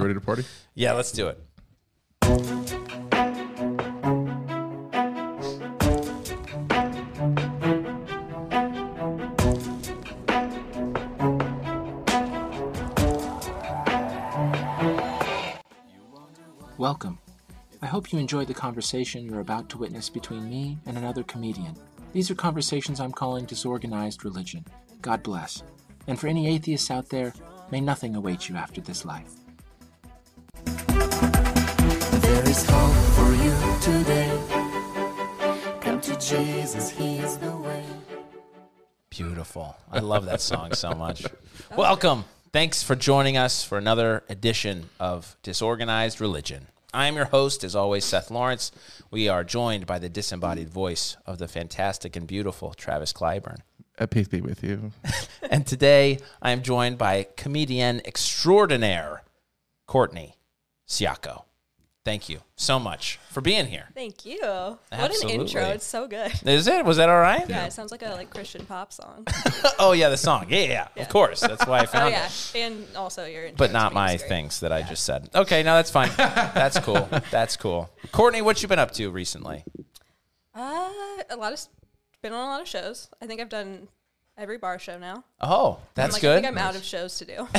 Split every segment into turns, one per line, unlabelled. Ready to party?
Yeah, let's do it.
Welcome. I hope you enjoyed the conversation you're about to witness between me and another comedian. These are conversations I'm calling disorganized religion. God bless. And for any atheists out there, may nothing await you after this life.
There is hope for you today. Come to Jesus, He is the way.
Beautiful. I love that song so much. Welcome. Thanks for joining us for another edition of Disorganized Religion. I am your host, as always, Seth Lawrence. We are joined by the disembodied voice of the fantastic and beautiful Travis Clyburn.
At peace be with you.
And today I am joined by comedian extraordinaire, Courtney Siako. Thank you so much for being here.
Thank you. What an intro.
Absolutely.
It's so good.
Is it? Was that all right?
Yeah, it sounds like a like Christian pop song.
Oh, yeah, the song. Yeah, yeah, yeah. Of course. That's why I
Oh
found it.
yeah, and also your intro
but
to
not
me was
my
great.
things that I just said. Okay, no, that's fine. that's cool. That's cool. Courtney, what you been up to recently?
Uh, a lot of s- been on a lot of shows. I think I've done every bar show now.
Oh, that's
like, I
good.
think I'm out of shows to do.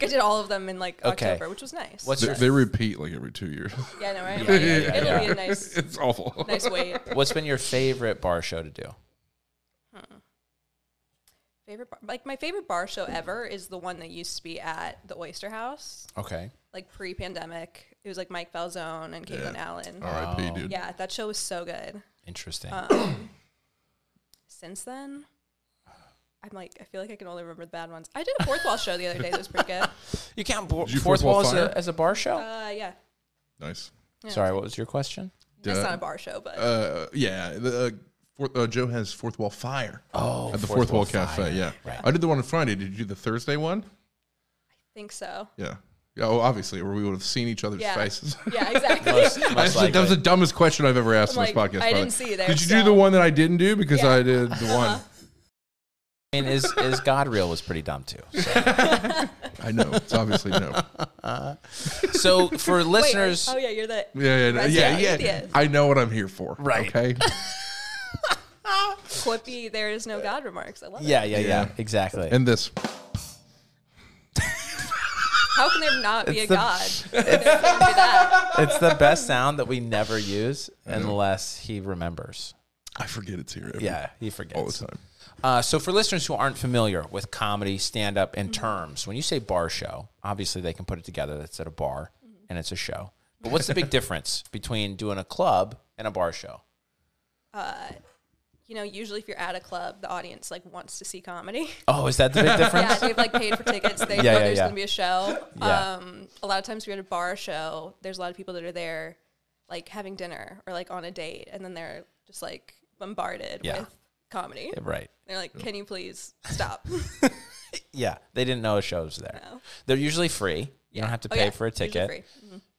I did all of them in like
Okay.
October, which was nice.
What's
They,
your,
they repeat like every two years.
yeah, I know, right?
Yeah, yeah, yeah,
It'll
yeah.
be a nice,
it's awful.
nice wait.
what's been your favorite bar show to do?
Favorite bar, like my favorite bar show ever is the one that used to be at the Oyster House,
Okay.
like pre-pandemic. It was like Mike Valzone and Caitlin Allen.
R.I.P. Dude.
Yeah, that show was so good. Um,
Interesting.
Uh, since then. I'm like, I feel like I can only remember the bad ones. I did a fourth wall show the other day that was pretty good.
you count bo-
Did you
fourth
Fourth Wall
wall as
Fire?
a, as a bar show?
Uh, yeah,
Nice.
Sorry, what was your question?
it's
Yeah.
not a bar show, but
Uh, yeah. The, uh, fourth, uh, Joe has Fourth Wall Fire.
Oh,
At the Fourth, Wall, Cafe. Yeah.
Right.
I did the one on Friday. Did you do the Thursday one?
I think so.
Yeah. Yeah, well, obviously, or we would have seen each other's
Yeah.
faces.
Yeah, exactly.
Most- most
That's the- that was the
likely.
dumbest question I've ever asked
I'm
on
like,
this podcast. by
I
the
didn't
way.
see you there,
Did you do
so-
the one that I didn't do? Because
Yeah. Uh-huh.
I did the one.
I mean, is, is God real was pretty dumb too.
I know. It's obviously no.
So for
Wait, are-
listeners,
oh yeah, you're the
Yeah, yeah,
That's
yeah,
right.
yeah,
Yes.
I know what I'm here for.
Right.
Okay.
quippy. There is no God remarks. I love it.
yeah, yeah, yeah,
Yeah.
exactly.
And this.
How can there not be a
It's the-
God? There can't be that.
it's the best sound that we never use unless he remembers.
I forget it's here. Every,
Yeah, he forgets
All the time.
Uh, so, for listeners who aren't familiar with comedy, stand up,
Mm-hmm.
and terms, when you say bar show, obviously they can put it together. That's at a bar and it's a show. But what's the big difference between doing a club and a bar show?
You know, usually if you're at a club, the audience like wants to see comedy.
Oh, is that the big difference?
yeah, they've like paid for tickets. They
Yeah,
know
yeah,
there's
yeah.
gonna be a show.
Yeah.
Um, a lot of times we're at a bar show. There's a lot of people that are there, like having dinner or like on a date, and then they're just like bombarded
Yeah. Mm.
with comedy.
Right.
They're like, "Can you please stop?" Oh,
Yeah, they didn't know a show was there. They're usually free. You don't have to
Oh,
pay
yeah,
for a
usually
ticket
free.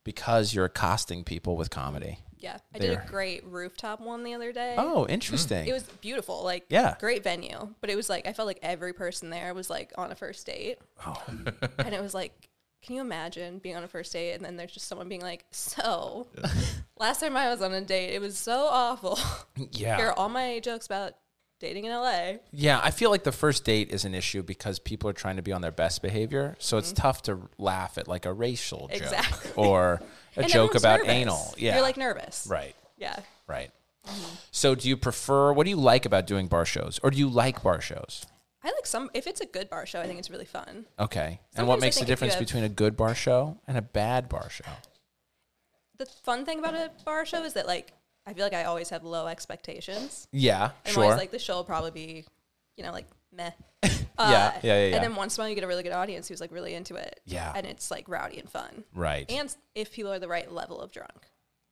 because you're accosting people with comedy.
Yeah, I did
There.
a great rooftop one the other day.
Oh, interesting.
It was beautiful, like
Yeah.
great venue. But it was like I felt like every person there was like on a first date,
Oh.
and it was like, can you imagine being on a first date and then there's just someone being like, so last time I was on a date, it was so awful.
yeah.
Here are all my jokes about dating in LA.
Yeah, I feel like the first date is an issue because people are trying to be on their best behavior, so it's tough to laugh at like a racial joke
Mm-hmm. Exactly.
or a
And
joke
everyone's
about
nervous.
anal. Yeah,
you're like nervous, Mm-hmm.
right,
Yeah,
right. So, do you prefer? What do you like about doing bar shows, or do you like bar shows?
I like some. If it's a good bar show, I think it's really fun.
Okay, and what
Sometimes I
makes the
think if you
difference
have-
between a good bar show and a bad bar show?
The fun thing about a bar show is that like I feel like I always have low expectations.
Yeah,
And I'm
sure.
always like, the show will probably be, you know, like meh. Uh,
yeah, yeah, yeah, yeah.
And then once in a while, you get a really good audience who's like really into it.
Yeah.
And it's like rowdy and fun.
right.
And if people are the right level of drunk,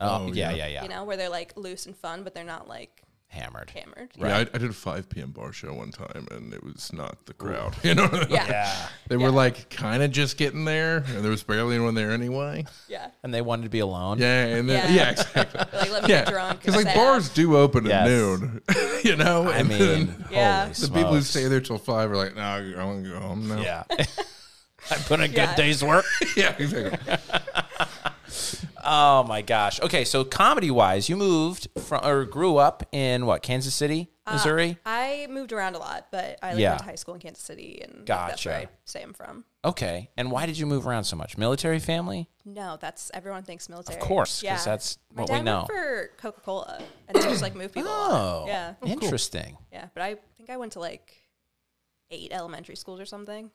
oh,
Oh,
yeah, yeah,
yeah.
yeah.
you know, where they're like loose and fun, but they're not like
Hammered.
hammered.
Yeah, I, I did a 5 p.m. bar show one time, and it was not the crowd. You know,
Yeah. Yeah.
Yeah.
they were like kind of just getting there, and there was barely anyone there anyway.
And they wanted to be alone.
Yeah, and then yeah,
Yeah.
exactly.
They're like, let me
Yeah,
get drunk.
because like
sad.
bars do open
Yes.
at noon. you know,
I
and
mean,
then
holy
Yeah.
the people who
smokes.
stay there till five are like, no, I want to go home now.
Yeah. I put in a
Yeah.
good day's work.
yeah, exactly.
Oh my gosh. Okay, so comedy wise, you moved from or grew up in what, Kansas City,
Uh,
Missouri?
I moved around a lot, but I like,
Yeah.
went to high school in Kansas City, and that's where I
Gotcha.
say I'm from.
okay. And why did you move around so much? Military family?
No, that's everyone thinks military.
course, 'cause that's
My
what
dad
we
worked
know.
for Coca Cola, and they just like move people. a lot.
Oh.
yeah,
Interesting.
yeah. But I think I went to like eight elementary schools or something.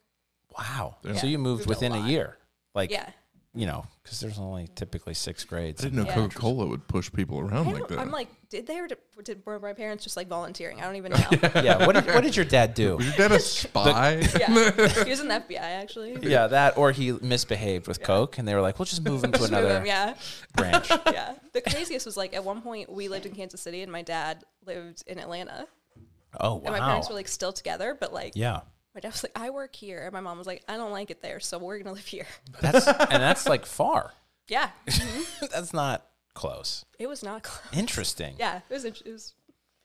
Wow. So you moved
Moved a
within a,
lot.
year. Like
Yeah,
you know, cuz there's only typically 6 grades.
I didn't know
Yeah.
Coca Cola would push people
oh
around
I
like
don't-
that.
I'm like, did they or did, did were my parents just like volunteering? I don't even know.
yeah, what did, what did your dad do?
was your dad a spy?
yeah, he was in the FBI actually.
Yeah, that or he misbehaved with coke and they were like, "We'll just move him to
Just move
another
him, yeah.
branch."
yeah. The craziest was like at one point we lived in Kansas City and my dad lived in Atlanta.
Oh, wow.
And my parents were like still together, but like
yeah.
my dad was like, I work here. And my mom was like, I don't like it there, so we're gonna live here.
That's and that's like far.
Yeah. Mm-hmm.
that's not close.
It was not close.
Interesting.
Yeah, it was, int- it was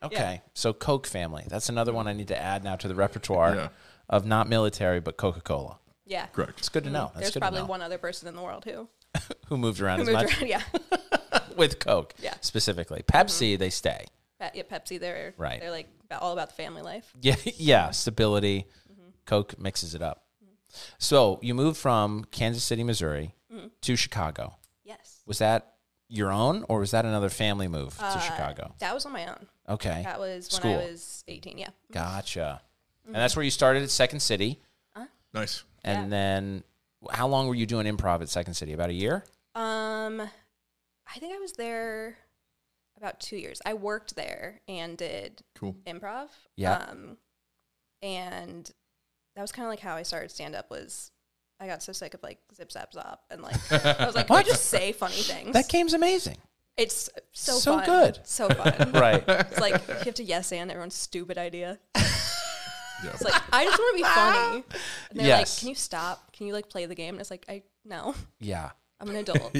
Okay. So Coke family. That's another one I need to add now to the repertoire
Yeah.
of not military but Coca Cola.
yeah.
Correct.
It's good to know. That's
Mm, There's
good
probably
to know.
one other person in the world who,
who moved around
who
as
moved
much
around. Yeah.
with Coke.
Yeah. Mm-hmm.
Specifically. Pepsi, they stay.
Pe- yeah. Pepsi, they're
Right.
they're like about, all about the family life.
Yeah. Yeah. Stability.
Mm-hmm.
Coke mixes it up. So you moved from Kansas City, Missouri
Mm.
to Chicago.
Yes.
Was that your own or was that another family move
Uh,
to Chicago?
That was on my own.
Okay.
That was when
Oh. School.
I was eighteen, yeah.
Gotcha. And
Mm-hmm.
that's where you started at Second City.
Nice.
And then how long were you doing improv at Second City? About a year?
Um, I think I was there about two years. I worked there and did
Cool.
improv.
Yeah.
Um, and that was kind of like how I started stand up. Was I got so sick of like zip zap zop and like I was like, can I
What?
just say funny things?
That game's amazing.
it's so
so
fun.
good.
so fun.
Right.
It's like you have to yes and everyone's stupid idea.
Yeah.
It's like I just want to be funny. And they're
Yes.
like, can you stop? Can you like play the game? And it's like I no,
Yeah.
I'm an adult.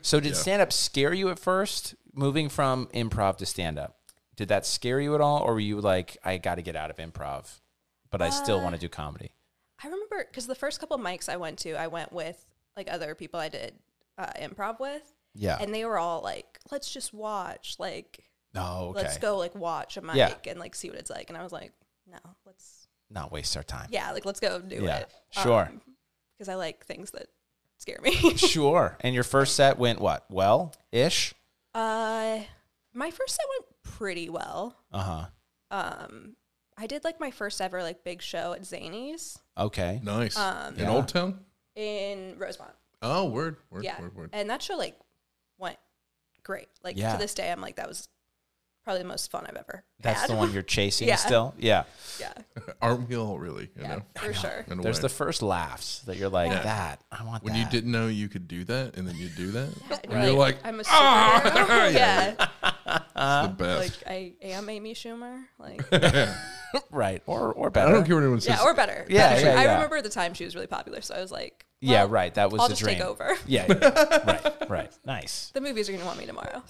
So did stand up scare you at first? Moving from improv to stand up. Did that scare you at all? Or were you like, I gotta get out of improv, but I still want to
Uh,
do comedy?
I remember because the first couple mics I went to, I went with like other people I did uh, improv with,
Yeah.
and they were all like, "Let's just watch, like,
no, okay.
let's go, like, watch a mic
Yeah.
and like see what it's like." And I was like, "No, let's,
Not waste our time.
yeah, like, let's go do
Yeah,
it."
sure.
because I like things that scare me.
Sure. And your first set went what? Well ish?
uh, my first set went pretty well.
Uh huh.
Um, I did like my first ever like big show at Zany's
Okay.
Nice.
Um,
In
Yeah.
Old Town?
in Rosemont.
Oh, word. Word,
yeah.
word, word.
And that show like went great. Like
Yeah.
to this day, I'm like that was probably the most fun I've ever.
That's
had.
the one you're chasing
Yeah.
still? Yeah.
yeah,
Aren't we all really? You
yeah,
know?
for sure.
In a
There's
way.
the first laughs that you're like, that. I want
when
that.
you didn't know you could do that and then you do that.
And
you're like, "Ah!"
I'm a superhero. yeah,
the best.
Uh, like I am Amy Schumer. Like
Right. Or or better.
I don't care what anyone says.
yeah, or better.
Yeah,
Better.
yeah,
I
yeah.
remember at the time she was really popular, so I was like,
yeah,
well,
right. That was
I'll
the
just
dream.
take over.
Yeah, yeah. right, right. Nice.
The movies are gonna want me tomorrow.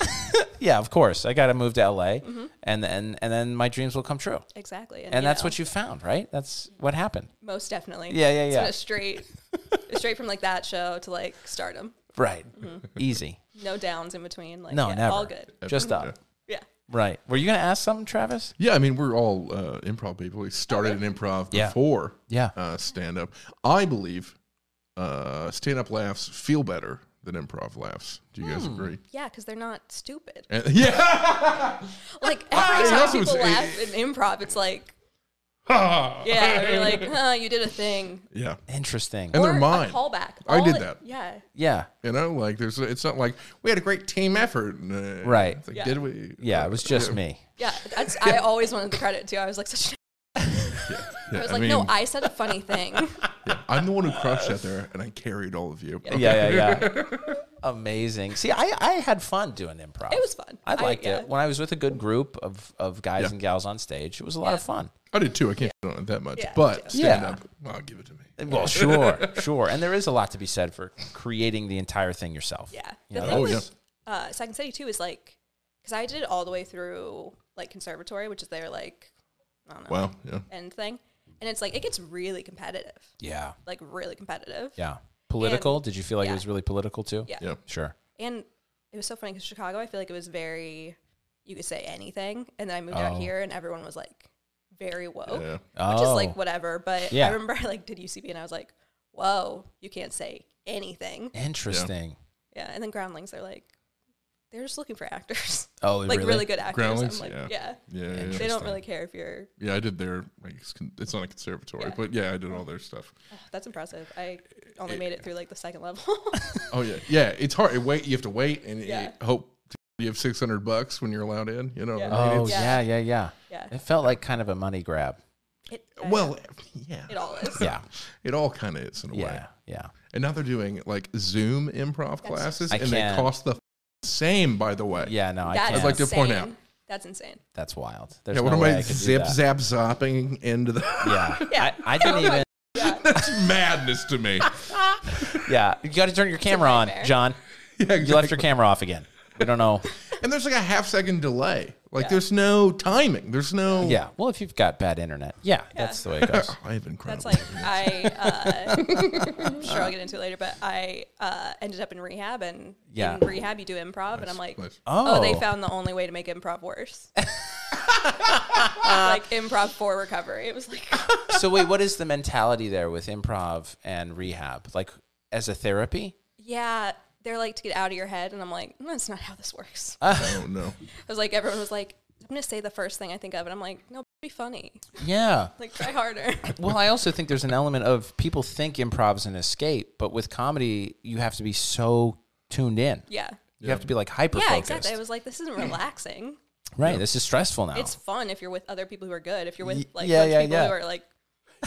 Yeah, of course. I got to move to LA,
Mm-hmm.
and then and then my dreams will come true.
exactly.
And that's what you found, right? That's what happened.
know, most definitely.
Yeah, yeah,
It's
yeah.
been a straight, straight from like that show to like stardom.
Right. Easy.
No downs in between. Like
No,
Mm-hmm. yeah,
never.
all good.
Just up.
Yeah.
Right. Were you gonna ask something, Travis?
Yeah, I mean, we're all uh, improv people. We started in improv
Yeah.
before
Yeah.
uh, stand up. I believe uh, stand up laughs feel better than improv laughs. Do you guys
Hmm.
agree?
Yeah, because they're not stupid.
And, yeah.
Like
Ah,
that's
every time
what
people
it's-
laugh in improv, it's like,
yeah.
yeah, you're like, huh, you did a thing.
Interesting.
And
or
they're mine.
A callback.
I
All
did
it-
that.
Yeah.
Yeah.
You know, like there's it's not like we had a great team effort. and, uh,
Right.
it's like,
Yeah.
Did we?
Yeah. It was just me.
Yeah. That's I always wanted the credit too. I was like such a
Yeah,
I was like, no,
mean,
I said a funny thing.
yeah, I'm the one who crushed out there, and I carried all of you. Okay.
Yeah. Yeah. Yeah. Amazing. See, I, I had fun doing improv.
It was fun.
I
I-
liked
yeah.
it when I was with a good group of, of guys and gals on stage. It was a lot of fun.
I did too. I can't do it that much,
Yeah.
but stand
Yeah.
up. Well, give it to me.
Well, sure, sure. And there is a lot to be said for creating the entire thing yourself.
Yeah.
You
The
know,
thing
Oh,
with
yes.
uh, Second City too is like, because I did it all the way through like conservatory, which is their like
Wow. Yeah.
end thing. and it's like it gets really competitive,
Yeah.
like really competitive.
Yeah. Political? Did you feel like it
yeah.
was really political too?
Yeah.
Yeah.
Sure.
And it was so funny because Chicago, I feel like it was very, you could say anything. And then I moved out
Oh.
here and everyone was like very woke,
Yeah.
which
Oh.
is like whatever. But
Yeah.
I remember I like did UCB and I was like, whoa, you can't say anything.
Interesting.
Yeah. And then Groundlings, they're like, they're just looking for actors,
Oh,
like
really?
really? good actors.
Groundlings?
I'm like,
Yeah.
yeah.
Yeah, yeah, yeah.
They don't really care if you're,
Yeah, I did their like it's, con- it's not a conservatory,
Yeah.
but yeah, I did all their stuff.
that's impressive. I only made it through like the second level.
Oh yeah, yeah. It's hard. It wait, you have to wait and it-
Yeah.
hope to- you have six hundred bucks when you're allowed in. You know. what I mean?
Oh,
It's-
yeah. yeah,
Yeah.
yeah,
Yeah.
It felt like kind of a money grab.
It,
Well, yeah.
it all is.
Yeah.
It all kind of is in a way.
Yeah. Yeah.
And now they're doing like Zoom improv classes,
I
and
can't-
they cost the f- same. By the way.
Yeah, no, I
That's
can't.
I'd like to point out.
insane. That's insane.
That's wild. There's
Yeah, what
no
am
way
I
I could do
zip
that.
zap zopping into the?
Yeah.
Yeah.
I, I didn't even.
That's madness to me.
Yeah. You got to turn your camera on,
nightmare.
John.
Yeah,
You left
exactly.
your camera off again. We don't know.
and there's like a half second delay. Like there's no timing. There's no.
Yeah. Well, if you've got bad internet, yeah, that's the way it goes.
I have incredible.
That's like I. Uh, I'm sure I'll get into it later, but I uh, ended up in rehab, and
Yeah.
in rehab you do improv, and I'm like,
nice.
oh. they
Oh.
found the only way to make improv worse. like improv for recovery. It was like
so wait, what is the mentality there with improv and rehab? Like as a therapy?
yeah. They're like to get out of your head, and I'm like, "No, that's not how this works.
Uh.
I
oh no.
was like, everyone was like, I'm gonna say the first thing I think of, and I'm like, no, be funny,
Yeah.
like try harder.
Well, I also think there's an element of people think improv is an escape, but with comedy, you have to be so tuned in.
yeah,
You have to be like hyper
yeah,
focused.
exactly. I was like, this isn't relaxing.
right. This is stressful now.
It's fun if you're with other people who are good. If you're with
Y-
like
Oh. yeah,
those
yeah,
people
yeah.
who are like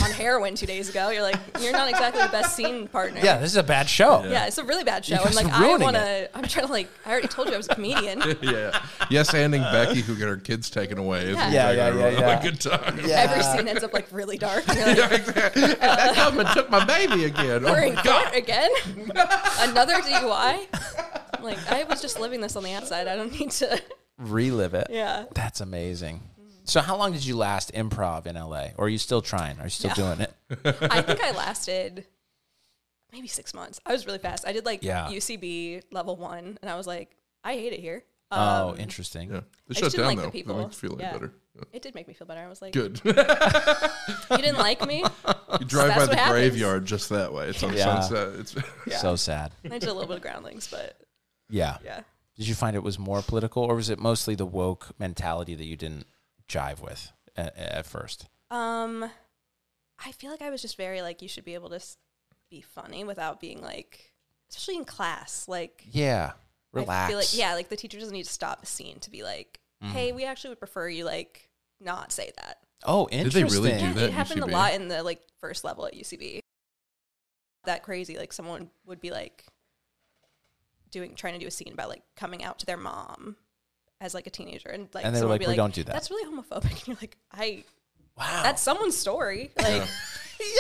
on heroin two days ago, you're like you're not exactly the best scene partner.
yeah, this is a bad show.
Yeah, it's a really bad show. I'm
guys
like,
are
I
ruining
want to. I'm trying to like. I already told you I was a comedian.
Yeah. Yes, anding Becky who got her kids taken away. Is
Yeah.
Yeah,
exactly
yeah, yeah,
right.
yeah.
A good time.
Every scene ends up like really dark. and You're like,
Yeah, exactly. And that government took my baby again. Oh
we're in
my
court
god.
again. Another DUI. I'm like I was just living this on the outside. I don't need to.
Relive it.
Yeah. Mm-hmm.
That's amazing. So how long did you last improv in LA? Or are you still trying? Are you still doing it?
I think I lasted maybe six months. I was really fast. I did like
Yeah.
UCB level one, and I was like, I hate it here.
oh, interesting.
Yeah. They
I
shut
just
down
didn't like
though.
the
They
people.
like feeling
Yeah.
better.
Um, It did make me feel better. I was like,
Good.
you didn't like me?
you drive by
what
the
happens.
graveyard just that way. It's on
Yeah.
sunset. It's
So sad.
I did a little bit of groundlings, but
Yeah.
yeah.
Did you find it was more political or was it mostly the woke mentality that you didn't jive with at, at first?
Um, I feel like I was just very like, you should be able to s- be funny without being like, especially in class. Like,
Yeah.
I
Relax.
feel like, yeah, like the teacher doesn't need to stop a scene to be like, hey, we actually would prefer you like not say that.
Oh,
they
interesting.
really do
Yeah,
that
it
at
happened
UCB?
a lot in the like first level at UCB. That crazy, like someone would be like doing trying to do a scene about like coming out to their mom as like a teenager, and like
And they were
someone
like,
would be
"We
like,
don't do that."
That's really homophobic, and you're like, I
Wow.
that's someone's story. Like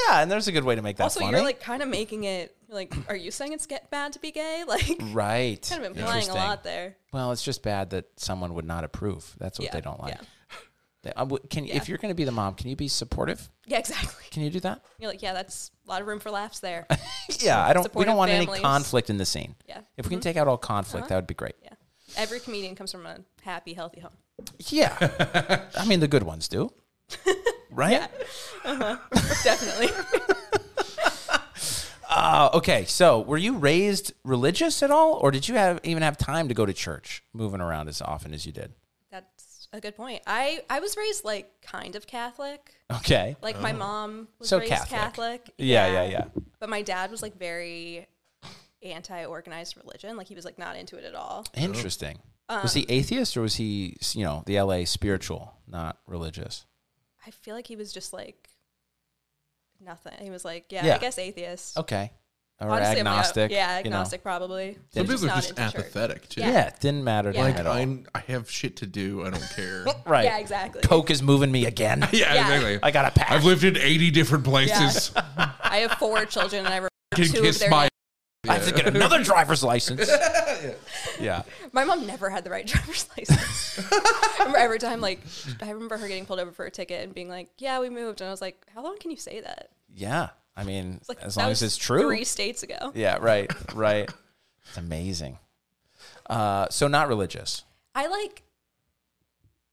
yeah, and there's a good way to make that
also,
funny.
you're like kind of making it you're like, are you saying it's get bad to be gay? Like
right.
kind of implying a
Mm. Interesting.
lot there.
Well, it's just bad that someone would not approve. That's what
Yeah,
they don't like.
yeah.
They- I would- can if you're going to be the mom, can you be supportive?
Yeah, exactly.
Can you do that?
You're like, yeah, that's a lot of room for laughs there.
Yeah, I don't. We don't
Supportive
want any
families.
conflict in the scene.
Yeah. Mm-hmm. Uh-huh.
If we can take out all conflict, that would be great.
Yeah. Every comedian comes from a happy, healthy home.
Yeah. I mean, the good ones do. Right?
Definitely.
Uh, okay. So, were you raised religious at all, or did you have even have time to go to church, moving around as often as you did?
That's a good point. I I was raised like kind of Catholic.
Okay.
Like my mom was
Oh. So
raised
Catholic.
Catholic.
Yeah, yeah, yeah.
But my dad was like very anti-organized religion. Like he was like not into it at all.
Interesting. was
Um,
he atheist, or was he, you know, the LA spiritual, not religious?
I feel like he was just like nothing. He was like, yeah,
Yeah.
I guess atheist.
Okay. Or
Honestly, I'm like,
agnostic.
yeah,
you know.
agnostic probably.
Some
Just
people are
not
just
into church.
apathetic too.
Yeah. it didn't matter to
Yeah.
him
Like
at all.
I I have shit to do. I don't care.
right.
Yeah, exactly.
Coke is moving me again.
yeah,
Yeah.
exactly.
I got a pack.
I've lived in 80 different places.
I have four children and I remember
Can
two of
kiss
their
my
I have to get another driver's license. yeah.
My mom never had the right driver's license. I remember every time, like, I remember her getting pulled over for a ticket and being like, "Yeah, we moved," and I was like, "How long can you say that?"
Yeah. I mean,
Like,
as
that
long as
was
it's true.
Three states ago,
Yeah, right, right. it's amazing. Uh, so not religious.
I like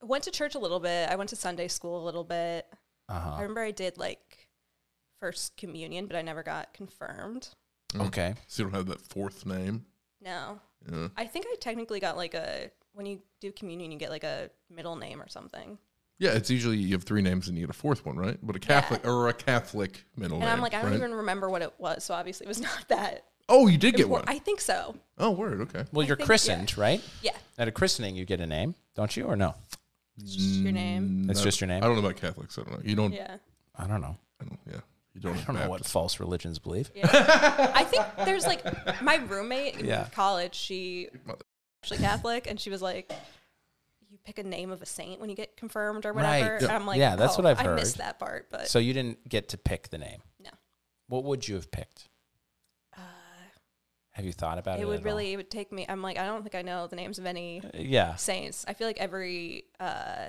went to church a little bit. I went to Sunday school a little bit.
Uh-huh.
I remember I did like first communion, but I never got confirmed.
Okay.
So you don't have that fourth name.
No, I think I technically got like a when you do communion, you get like a middle name or something.
Oh,
Yeah, it's usually you have three names and you get a fourth one, right? But a Catholic or a Catholic middle
And
name.
I'm like, I don't
right?
even remember what it was, so obviously it was not that.
Oh, you did get one.
important. I think so.
oh, word. Okay.
Well, you're
think-
christened, right?
Yeah.
At a christening, you get a name, don't you, or no?
Your name.
It's just your
Mm, I
name. I don't,
don't know about Catholics. I don't know. You
Um.
don't.
Yeah.
know.
I don't- yeah. You don't.
I don't know what false religions believe.
I think there's like my roommate in
Yeah.
college, she actually Catholic and she was like you pick a name of a saint when you get confirmed or
Right.
whatever. And I'm like,
Yeah, that's
oh,
what I've
I missed
heard.
that part, but
So you didn't get to pick the name.
no. Uh,
What would you have picked? have you thought about it?
It
at
would
all? Uh,
really it would take me I'm like, I don't think I know the names of any
Yeah.
saints. I feel like every uh,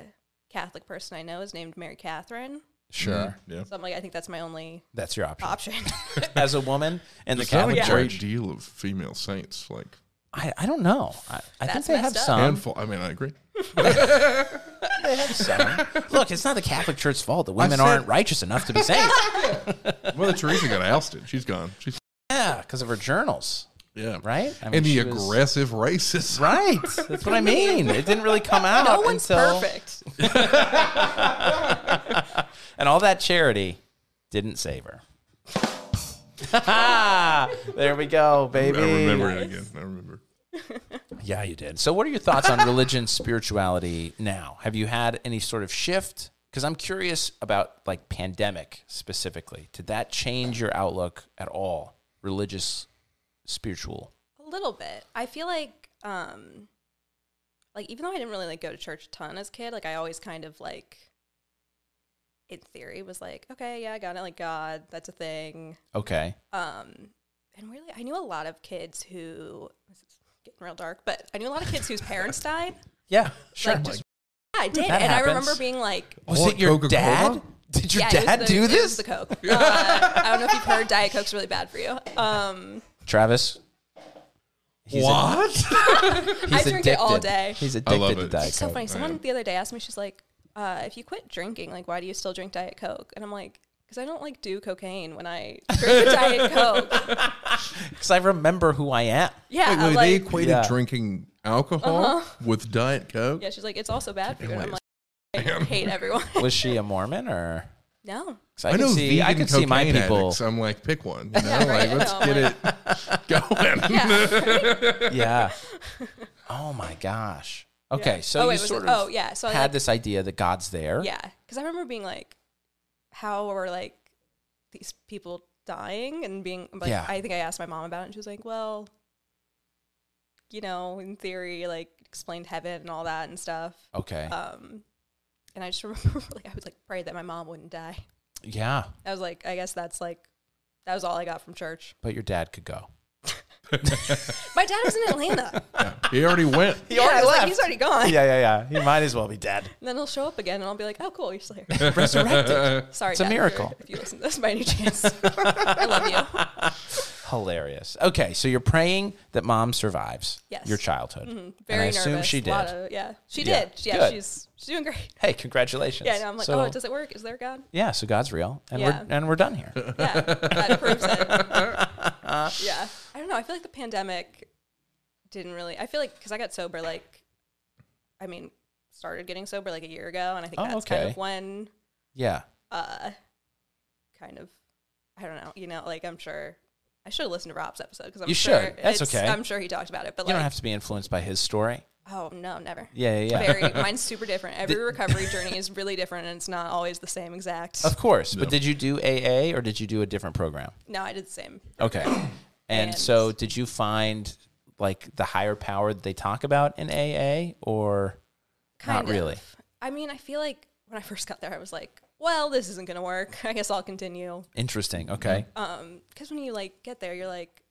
Catholic person I know is named Mary Catherine.
Sure.
Yeah.
So I'm like, I think that's my only
Mm-hmm. That's your option.
option.
As a woman in the
There's not
Catholic
a great
Church,
deal of female saints. Like,
I, I don't know. I, I think
That's
they have
messed up.
some.
handful. I mean, I agree.
Look, it's not the Catholic Church's fault that women
said-
aren't righteous enough to be saints.
Mother Teresa got ousted. She's gone. She's
yeah, because of her journals,
yeah.
right? I
and the
she was-
aggressive racism.
Right. That's what I mean. It didn't really come out.
no one's
until,
perfect.
And all that charity didn't save her. there we go, baby.
I remember it again. I remember.
Yeah, you did. So, what are your thoughts on religion, spirituality now? Have you had any sort of shift? Because I'm curious about like pandemic specifically. Did that change your outlook at all? Religious, spiritual.
A little bit. I feel like, um, like even though I didn't really like go to church a ton as a kid, like I always kind of like, in theory, was like, okay, yeah, I got it. Like God, that's a thing.
Okay.
Um, and really, I knew a lot of kids who this is getting real dark, but I knew a lot of kids whose parents died.
Yeah. Sure.
Like, just, yeah, I did, and
That
I remember
happens.
being like.
was
Or
it your
Coca-Cola?
dad? Did your
yeah, it was
dad
the-
do
it was
this?
the Coke. Uh, I don't know if you've heard Diet Coke's really bad for you. Um,
Travis. He's
What?
he's
I drink it all day.
He's
I
addicted
love
to
it.
Diet Coke.
It's so funny. Someone the other day asked me, she's like, uh, if you quit drinking, like, why do you still drink Diet Coke? And I'm like, because I don't like do cocaine when I drink a Diet Coke.
Because I remember who I am.
Yeah.
Wait, wait,
I'm like, Uh-huh.
they equated
Yeah.
drinking alcohol with Diet Coke.
yeah, she's like, it's also bad for you. And I'm
Anyways.
like, I hate everyone.
Was she a Mormon or?
no.
'cause I, could see, I
vegan
could see my
cocaine
people.
addicts. I'm like, pick one. You know,
Yeah, right.
like let's
No, I'm
get it going.
Yeah.
yeah. Oh my gosh. Okay, so
Oh,
you
wait, was
sort
it-
of
oh, yeah, so I
had
like-
this idea that God's there.
Yeah. Because I remember being like, how are like these people dying? And being like,
Yeah.
I think I asked my mom about it and she was like, well, you know, in theory, like explained heaven and all that and stuff.
Okay.
Um, and I just remember like I was like prayed that my mom wouldn't die.
yeah,
I was like, I guess that's like that was all I got from church.
but your dad could go.
My dad was in Atlanta.
he already went.
He
Yeah, I was like, he's already gone.
Yeah, yeah, yeah. He might as well be dead.
And then he'll show up again, and I'll be like, "Oh, cool, you're still here."
Resurrected.
Sorry,
It's a
Dad, if you're-
miracle.
If you listen to this by any chance, I love you.
Hilarious. Okay, so you're praying that mom survives
Yes. Mm-hmm.
your childhood.
Very
and I
nervous.
assume she
A lot
did.
of- yeah, she
Yeah.
did. Yeah,
Good.
she's she's doing great.
Hey, congratulations.
Yeah, and I'm like,
So-
oh, does it work? Is there God?
Yeah, so God's real, and
Yeah.
we're and we're done here.
Yeah, that proves it. yeah, I don't know. I feel like the pandemic didn't really. I feel like because I got sober, like, I mean, started getting sober like a year ago, and I think
Oh,
that's kind
okay.
of when,
Yeah.
uh, kind of, I don't know. You know, like I'm sure I should have listened to Rob's episode because I'm
You
sure
should. That's
it's-
okay.
I'm sure he talked about it, but
You
like,
don't have to be influenced by his story.
oh no, never.
Yeah, yeah, yeah.
Very, mine's super different. Every recovery journey is really different, and it's not always the same exact.
Of course. But did you do AA or did you do a different program?
No, I did the same.
Okay. And,
And-
so did you find like the higher power that they talk about in AA or
Kind
not really?
of. I mean, I feel like when I first got there, I was like, well, this isn't going to work. I guess I'll continue. Mm-hmm. Uh, Um,
Interesting. Okay.
Because when you like get there, you're like,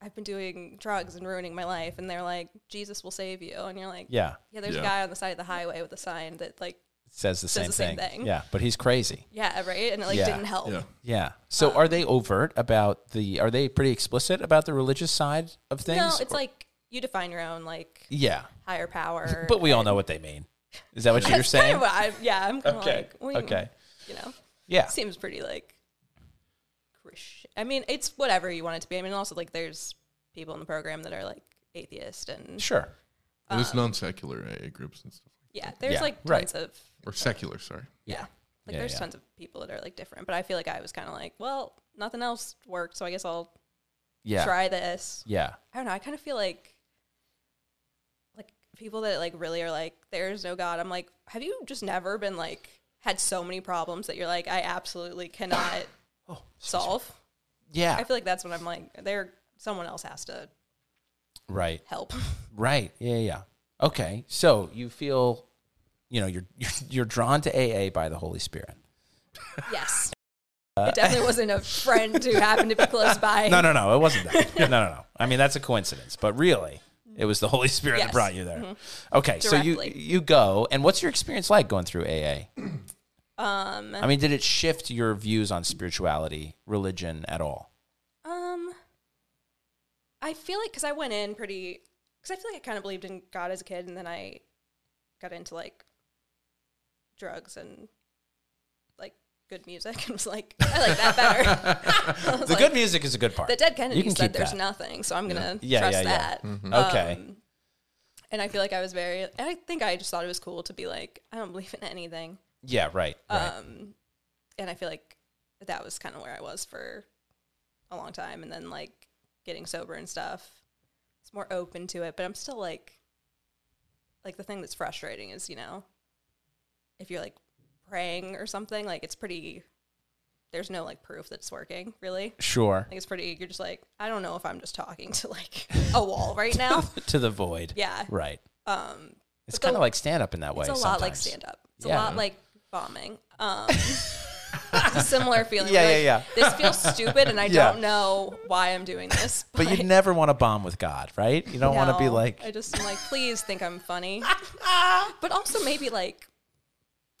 I I've been doing drugs and ruining my life, and they're like, Jesus will save you, and you're like,
Yeah.
yeah. There's
Yeah.
a guy on the side of the highway with a sign that like,
Says the,
Says
same,
the same
thing.
thing.
Yeah, but he's crazy.
yeah, right, and it like
Yeah.
didn't help.
Yeah.
Yeah. So
Uh,
are they overt about the are they pretty explicit about the religious side of things?
No, it's
Or-
like you define your own like
Yeah.
higher power.
But we all know what they mean. Is that what you're
That's kinda
saying?
what I- yeah, I'm kind of
Okay.
like, well,
Okay.
you know,
Yeah.
seems pretty like Christian. I mean, it's whatever you want it to be. I mean, also like there's people in the program that are like atheist and
Sure.
Uh,
Well, there's non secular AA groups and stuff,
yeah, there's
Yeah,
like
right.
tons of
or secular. Sorry.
yeah, like
Yeah,
there's
yeah.
tons of people that are like different. But I feel like I was kind of like, well, nothing else worked, so I guess I'll
Yeah.
try this.
Yeah.
I don't know. I kind of feel like like people that like really are like there's no god. I'm like, have you just never been like had so many problems that you're like I absolutely cannot
Oh,
solve?
Yeah.
I feel like that's when I'm like there someone else has to
right.
help.
Right. Yeah. Yeah. Okay. So you feel, you know, you're you're, you're drawn to AA by the Holy Spirit.
yes. it definitely wasn't a friend who happened to be close by.
Uh, No, no, no. It wasn't that. no, no, no. I mean, that's a coincidence, but really, it was the Holy Spirit that
Yes. Mm-hmm.
brought you there. Okay. So you
Directly.
you go, and what's your experience like going through AA?
Um
I mean, did it shift your views on spirituality, religion at all?
Um, I feel like because I went in pretty because I feel like I kind of believed in God as a kid, and then I got into like drugs and like good music, and was like, I like that better. I was
The
like,
good music is a good part.
The Dead Kennedy
can
said
keep
there's
that.
nothing, so I'm gonna
Yeah, yeah,
trust
yeah. Mm-hmm.
that.
Okay.
Um, and I feel like I was very. and I think I just thought it was cool to be like, I don't believe in anything.
yeah. Right. Right.
Um, and I feel like that was kind of where I was for a long time, and then like getting sober and stuff, it's more open to it. But I'm still like, like the thing that's frustrating is you know, if you're like praying or something, like it's pretty. There's no like proof that's working really.
sure.
Like it's pretty. You're just like I don't know if I'm just talking to like a wall right now.
to the void.
Yeah.
Right.
Um,
It's
But the-
kind of like stand up in that way.
it's a lot like
sometimes.
stand up. It's
Yeah.
a lot like bombing. Um, it's a similar feeling.
Yeah,
You're
yeah,
like, This feels stupid, and I
Yeah.
don't know why I'm doing this.
But you never want to bomb with God, right? You don't want to be
no,
like,
I just am like, please think I'm funny. but also maybe like,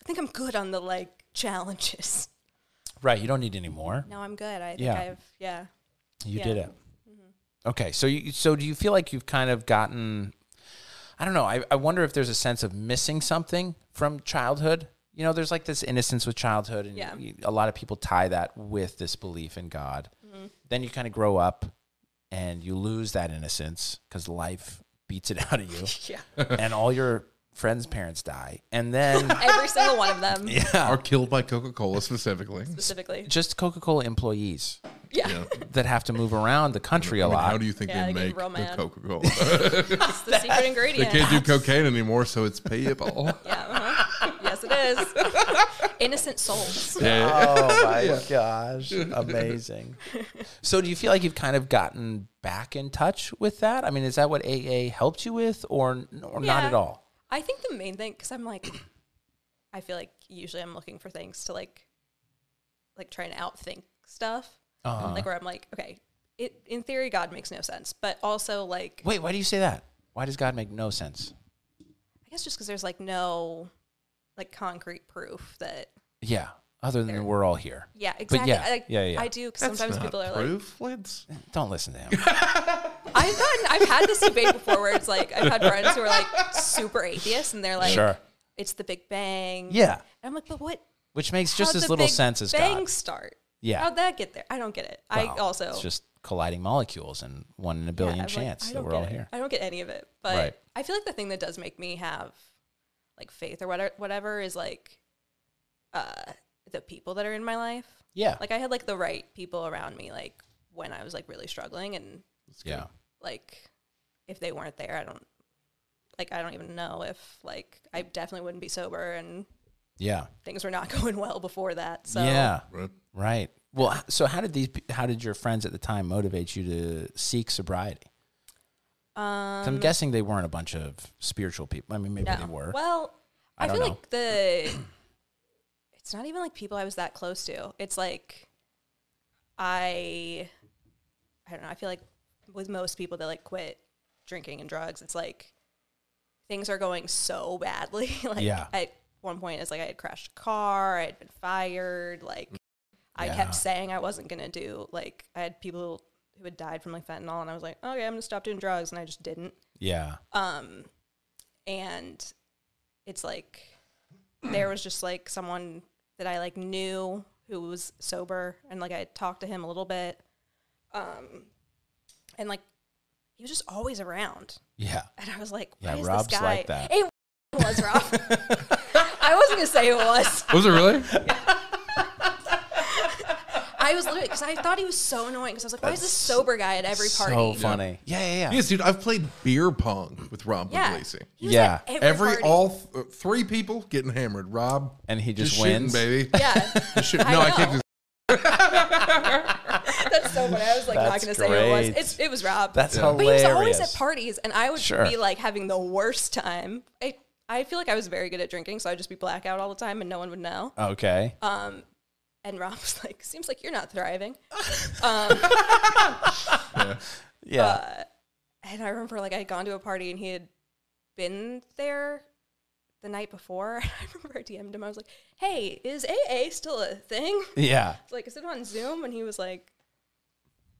I think I'm good on the like challenges.
right? You don't need any more.
No, I'm good. I think
Yeah.
I've yeah.
You
Yeah. Mm-hmm.
did it. Okay, so you so do you feel like you've kind of gotten? I don't know. I, I wonder if there's a sense of missing something from childhood. You know, there's like this innocence with childhood, and
Yeah.
you- a lot of people tie that with this belief in God.
Mm-hmm.
Then you kind of grow up, and you lose that innocence because life beats it out of you,
Yeah,
and all your friends' parents die, and then
every single one of them
Are killed by Coca Cola specifically.
specifically.
just Coca-Cola employees
Yeah,
that have to move around the country a
I mean,
lot.
how do you think
Yeah,
they
they get
make
real
the
mad.
Coca Cola?
it's the secret
they
ingredient.
can't do cocaine anymore, so it's payable.
Yeah, uh-huh. yes, it is. Innocent souls.
yeah.
Oh my gosh. Amazing. So do you feel like you've kind of gotten back in touch with that? I mean, is that what AA helped you with or or not
Yeah.
at all?
I think the main thing because I'm like, I feel like usually I'm looking for things to like, like try and outthink stuff,
Uh-huh.
like where I'm like, okay, it in theory God makes no sense, but also like,
Wait, why do you say that? Why does God make no sense?
I guess just because there's like no, like concrete proof that
Yeah. Other than we're all here.
yeah exactly
yeah,
I, like,
yeah, yeah.
I do because sometimes people are like
Proof, Lids?
Don't listen to him.
I've gotten I've had this debate before where it's like I've had friends who are like super atheists and they're like
Sure.
it's the Big Bang
Yeah.
and I'm like but what
Which makes just
how'd
as
the
little
Big
sense as
Bang
God.
start
Yeah.
how'd that get there I don't get it I
Well,
also
It's just colliding molecules and one in a
Yeah,
billion
I'm like,
chance
I
that
don't
we're
get
all
it.
here.
I don't get any of it. But
Right.
I feel like the thing that does make me have like faith or whatever, whatever is like uh, the people that are in my life.
Yeah.
Like I had like the right people around me, like when I was like really struggling, and
yeah.
like if they weren't there, I don't like I don't even know if like I definitely wouldn't be sober and
Yeah.
things were not going well before that. So
yeah.
Right.
Right. Well, h- so how did these? pe- How did your friends at the time motivate you to seek sobriety? 'Cause I'm
um,
guessing they weren't a bunch of spiritual people. I mean, maybe
no.
they were.
Well,
I
I,
don't
feel
know.
like the it's not even like people I was that close to. It's like I I don't know. I feel like with most people that like quit drinking and drugs, it's like things are going so badly. like
Yeah.
at one point, it's like I had crashed a car, I had been fired. Like I
Yeah.
kept saying I wasn't gonna do. Like I had people who had died from like fentanyl, and I was like, okay, I'm gonna stop doing drugs, and I just didn't.
Yeah.
Um, and it's like there was just like someone that I like knew who was sober, and like I had talked to him a little bit. Um, and like he was just always around,
Yeah.
and I was like,
Yeah,
"Why is
Rob's
this guy?"
like that.
It was Rob. I wasn't gonna say it was.
Was it really?
I was literally because I thought he was so annoying because I was like, "Why is this sober guy at every party?"
So funny. Yeah, yeah, yeah.
yes, dude. I've played beer pong with Rob
yeah,
Puglisi.
He was
Yeah.
at
Every
party.
all th- uh, three people getting hammered. Rob
And he just
shooting,
wins?
baby.
yeah.
Just shooting.
I
no, I
know.
kicked his.
That's so funny. I was like not
That's
going to say who it was.
great.
It's, it was Rob.
That's
But he was always
hilarious.
at parties, and I would
Sure.
be like having the worst time. I I feel like I was very good at drinking, so I'd just be blackout all the time, and no one would know. Um,
Okay.
uh, And Rob was like, "Seems like you're not thriving."
Uh. yeah.
uh, And I remember like I had gone to a party, and he had been there the night before. I remember I DM'd him. I was like, "Hey, is AA still a thing?"
yeah.
It's like, "Is it on Zoom?" And he was like,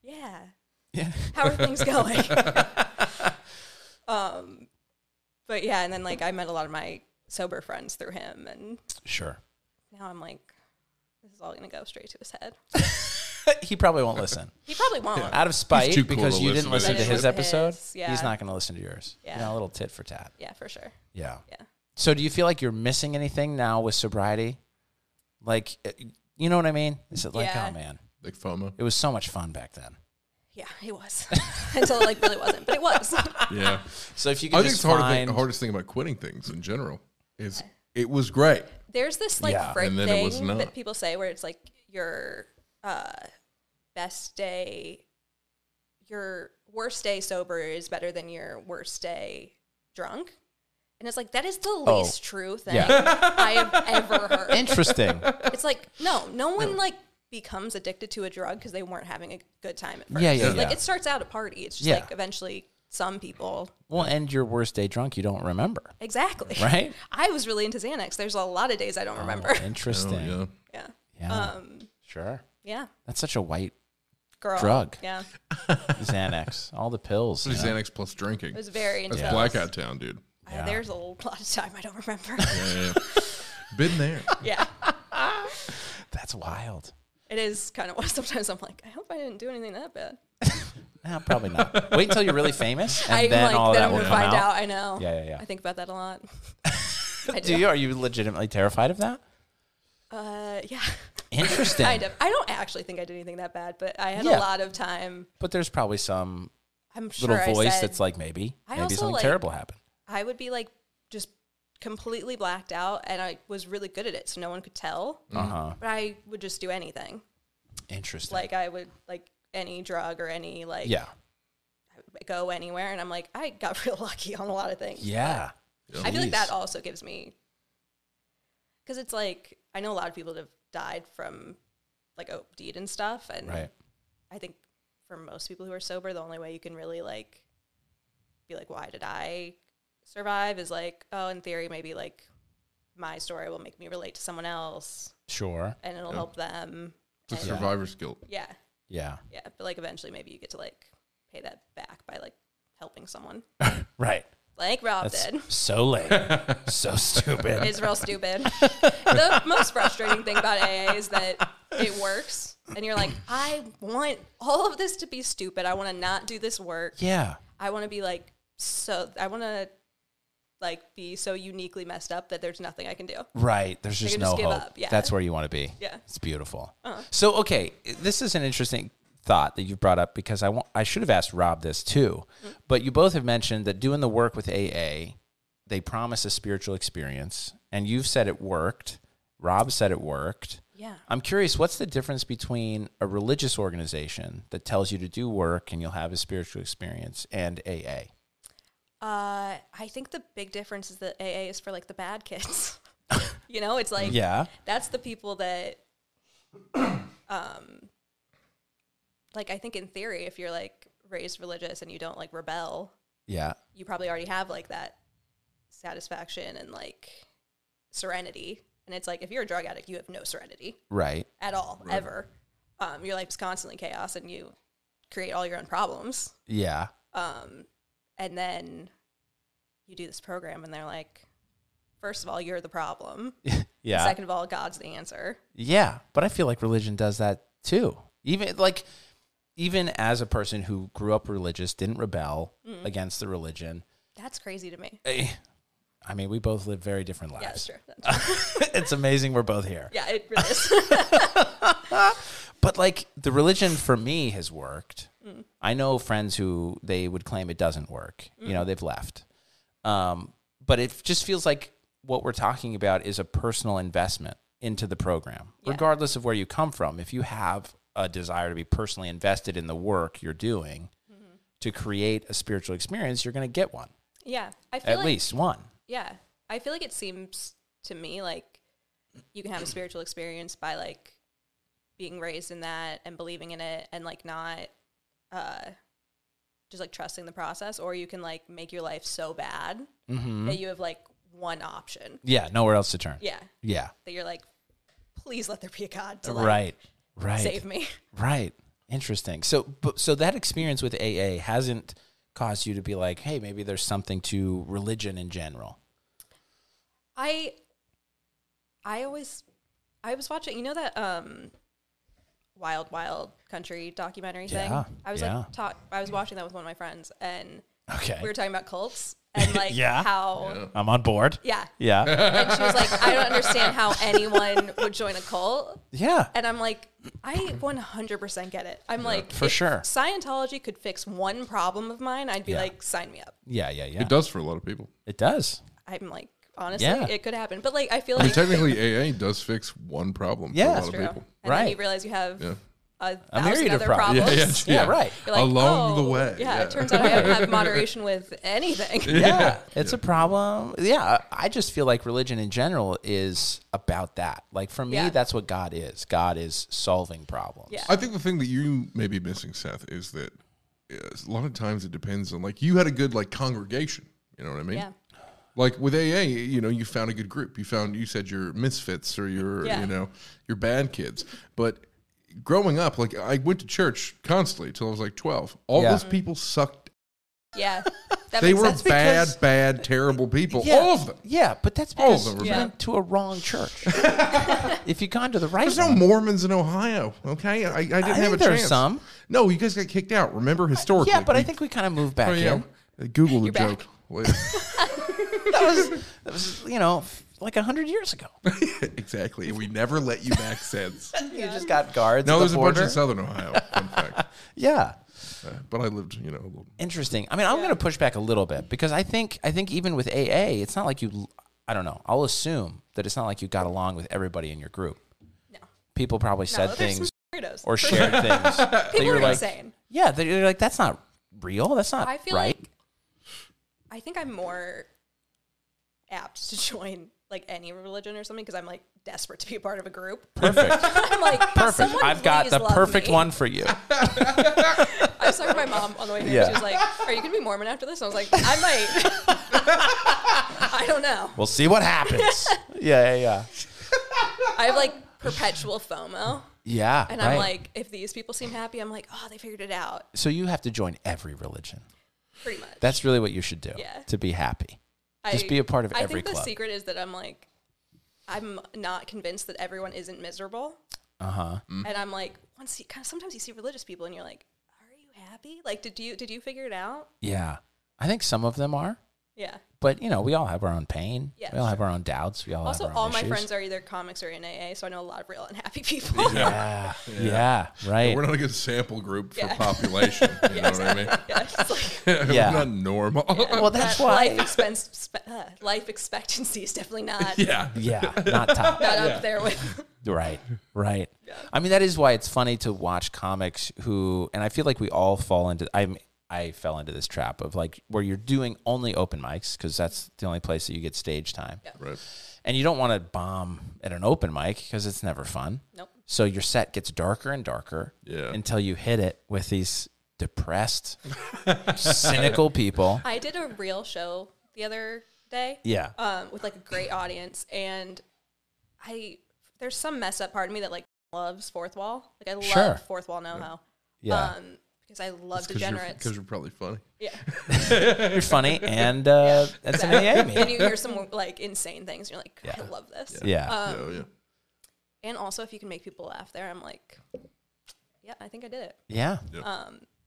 "Yeah."
Yeah.
how are things going? um, but yeah, and then like I met a lot of my sober friends through him, and
Sure.
now I'm like, this is all gonna go straight to his head.
he probably won't listen.
He probably won't. Yeah,
Out of spite,
too cool
because
to
you
listen
didn't
to
listen to
this
his
shit.
episode,
Yes, yeah.
he's not going to listen to yours.
Yeah.
You know, a little tit for tat.
for sure.
Yeah.
Yeah.
So do you feel like you're missing anything now with sobriety? Like, uh, you know what I mean? Is it like,
Yeah.
oh man,
Like FOMO.
it was so much fun back then.
Yeah, he was until it like really wasn't, but it was.
Yeah.
So if you could
I think
just
it's hard
find,
thing, the hardest thing about quitting things in general is it was great. Oh,
There's this like
Yeah,
frick
and then it was
thing
not.
that people say where it's like your uh, best day, your worst day sober is better than your worst day drunk. And it's like that is the
Oh,
least true thing
yeah.
I have ever heard.
interesting.
it's like no, no one like becomes addicted to a drug because they weren't having a good time at first.
Yeah, yeah,
Like
yeah.
it starts out at party. It's just
Yeah.
like eventually some people
well, and your worst day drunk, you don't remember.
exactly.
Right?
I was really into Xanax. There's a lot of days I don't remember.
Interesting.
Yeah.
yeah.
yeah.
Oh, Um.
sure.
Yeah.
That's such a white
Girl.
Drug.
Yeah.
Xanax. All the pills. you know?
Xanax plus drinking.
It was very
That's
intense.
blackout town, dude.
I- there's a lot of time I don't remember.
Yeah, yeah. Been there.
yeah.
That's wild.
It is kind of what sometimes I'm like, I hope I didn't do anything that bad.
No, probably not. Wait until you're really famous, and
I'm
then
like,
all
then
that
I'm
will
gonna
come
find out.
out.
I know.
Yeah, yeah, yeah.
I think about that a lot. I
Do you? Are you legitimately terrified of that?
Uh, yeah.
Interesting.
Kind of. I don't actually think I did anything that bad, but I had
Yeah.
a lot of time.
But there's probably some
I'm sure
little
I
voice
said
that's like maybe,
I
maybe
also,
something
like-
terrible happened.
I would be like just completely blacked out, and I was really good at it, so no one could tell.
Uh huh.
But I would just do anything.
Interesting.
Like I would like any drug or any like
yeah.
go anywhere and I'm like, I got real lucky on a lot of things.
Yeah.
I feel like that
Jeez.
also gives me because it's like I know a lot of people that have died from like OD'd and stuff, and
Right.
I think for most people who are sober, the only way you can really like be like, why did I survive? Is like, oh, in theory, maybe like my story will make me relate to someone else,
Sure.
and it'll help them.
It's a
and-
survivor's guilt.
yeah,
Yeah.
yeah, but like eventually, maybe you get to like pay that back by like helping someone,
Right.
like Rob
That's
did.
so late. so stupid.
It's real stupid. the most frustrating thing about AA is that it works, and you're like, I want all of this to be stupid. I want to not do this work.
yeah.
I want to be like so. I want to like be so uniquely messed up that there's nothing I can do.
Right. There's just
can
no
just give
hope.
up, yeah.
That's where you want to be.
Yeah. Uh-huh.
It's beautiful. So okay, this is an interesting thought that you've brought up because I want I should have asked Rob this too,
Mm.
but you both have mentioned that doing the work with AA, they promise a spiritual experience, and you've said it worked. Rob said it worked.
Yeah.
I'm curious, what's the difference between a religious organization that tells you to do work and you'll have a spiritual experience and AA?
Uh, I think the big difference is that AA is for like the bad kids. you know, it's like
Yeah.
that's the people that um like i think in theory if you're like raised religious and you don't like rebel,
Yeah.
you probably already have like that satisfaction and like serenity. And it's like if you're a drug addict, you have no serenity
Right.
at all, ever. Um, your life's constantly chaos and you create all your own problems.
Yeah.
Um, and then you do this program and they're like, first of all, you're the problem.
Yeah.
Second of all, God's the answer.
Yeah, but I feel like religion does that too. Even like even as a person who grew up religious, didn't rebel against the religion.
That's crazy to me.
eh, I mean, we both live very different
Yeah, that's
lives.
true. That's true.
it's amazing we're both here.
yeah, it really is.
But like the religion for me has worked. I know friends who they would claim it doesn't work. You
Mm-hmm.
know, they've left. Um, but it just feels like what we're talking about is a personal investment into the program, regardless of where you come from. If you have a desire to be personally invested in the work you're doing
Mm-hmm.
to create a spiritual experience, you're going to get one,
yeah. I feel
at
like,
least one.
Yeah. I feel like it seems to me like you can have a spiritual experience by like being raised in that and believing in it and like not uh just like trusting the process or you can like make your life so bad that you have like one option.
Yeah, nowhere else to turn.
Yeah.
Yeah.
That you're like please let there be a god to like
right. Right.
save me.
Right. Interesting. So, but, so that experience with AA hasn't caused you to be like, hey, maybe there's something to religion in general.
I I always I was watching you know that um Wild Wild Country documentary thing?
Yeah,
I was
yeah.
like talk I was watching that with one of my friends and
Okay.
we were talking about cults and like
Yeah.
how
I'm on board.
yeah.
Yeah.
And she was like, I don't understand how anyone would join a cult.
yeah.
And I'm like, I 100% get it. I'm like,
for
if
sure.
Scientology could fix one problem of mine. I'd be
Yeah.
like, sign me up.
Yeah. Yeah. Yeah.
It does for a lot of people.
It does.
I'm like, honestly,
Yeah.
it could happen. But like, I feel
I mean,
like
technically, AA does fix one problem
Yeah.
for a lot
That's
of
true.
people.
And then you
Right.
realize you have
Yeah.
a
A
thousand
myriad of
other
problems.
problems.
Yeah, right.
You're like,
Along
oh,
the way.
Yeah, it turns out I don't have moderation with anything.
Yeah. It's a problem. Yeah. I just feel like religion in general is about that. Like for me,
Yeah.
that's what God is. God is solving problems.
Yeah.
I think the thing that you may be missing, Seth, is that yes, a lot of times it depends on like you had a good like congregation. You know what I mean?
Yeah.
Like with AA, you know, you found a good group. You found you said your misfits or your
Yeah.
you know your bad kids. But growing up, like I went to church constantly till I was like twelve. All
Yeah.
those people sucked.
Yeah. That
they
makes
were
sense.
bad,
because-
bad, terrible people.
Yeah.
All of them.
Yeah, but that's
All of
because
them were
you
bad.
went to a wrong church. if you gone to the right
There's no
one-
Mormons in Ohio. Okay, I, I didn't have a
think there are
chance.
some.
No, you guys got kicked out. Remember historically?
yeah, but I
We-
think we kind of moved back
Oh, yeah.
in.
Uh, Google the
You're back.
joke. Wait.
that was that was you know like a hundred years ago.
exactly. We never let you back since.
You just got guards.
No,
at
there's
the
a bunch
border.
in Southern Ohio. Fun fact.
Yeah,
Uh, but I lived, you know, a little.
interesting. I mean, I'm going to push back a little bit because I think I think even with AA, it's not like you. I don't know. I'll assume that it's not like you got along with everybody in your group.
No.
People probably said
No, there's some
things
weirdos.
or
For
shared things. that
People
you're
are
like,
insane.
Yeah, that you're like that's not real. That's not
I feel
right.
like I think I'm more apt to join like any religion or something because I'm like desperate to be a part of a group.
perfect.
I'm like
Perfect.
"Someone
I've got
please
the
love
perfect
me."
one for you.
I was talking to my mom on the way here.
Yeah.
She was like, "Are you gonna be Mormon after this?" And I was like, "I might. I don't know.
We'll see what happens. yeah, yeah, yeah.
I have like perpetual FOMO,
Yeah.
and
right.
I'm like, if these people seem happy, I'm like, oh, they figured it out.
so you have to join every religion.
Pretty much.
That's really what you should do
Yeah.
to be happy.
I,
just be a part of
I
every
think the
club.
secret is that I'm like, I'm not convinced that everyone isn't miserable.
Uh huh.
and I'm like, once you kind of sometimes you see religious people and you're like, are you happy? Like, did you did you figure it out?
Yeah. I think some of them are,
Yeah.
but you know, we all have our own pain.
Yes.
We all have our own doubts. We all
Also,
have our
all
own
my
issues.
friends are either comics or in AA, so I know a lot of real unhappy people.
Yeah. yeah. Right.
We're not a good sample group for
Yeah.
population. You know what I mean?
yeah, it's just like,
Yeah.
We're not normal. Yeah.
well, that's
that
why.
life expense spe- uh, life expectancy is definitely not
yeah. Not top.
not up there with.
Right. Right. I mean, that is why it's funny to watch comics who, and I feel like we all fall into. I'm. I fell into this trap of like where you're doing only open mics because that's the only place that you get stage time.
Right.
And you don't want to bomb at an open mic because it's never fun.
Nope.
So your set gets darker and darker
Yeah.
until you hit it with these depressed, cynical people.
I did a real show the other day.
Yeah.
Um, with like a great audience, and I there's some messed up part of me that like loves fourth wall. Like I love
Sure.
fourth wall know how.
Yeah.
Um, because I love
because you're,
degenerates.
'cause you're probably funny.
yeah. um,
You're funny, and uh, that's an AA
and
meeting.
you hear some like insane things, and you're like, I love this.
Yeah.
Um,
yeah, yeah.
And also, if you can make people laugh there, I'm like, yeah, I think I did it.
yeah.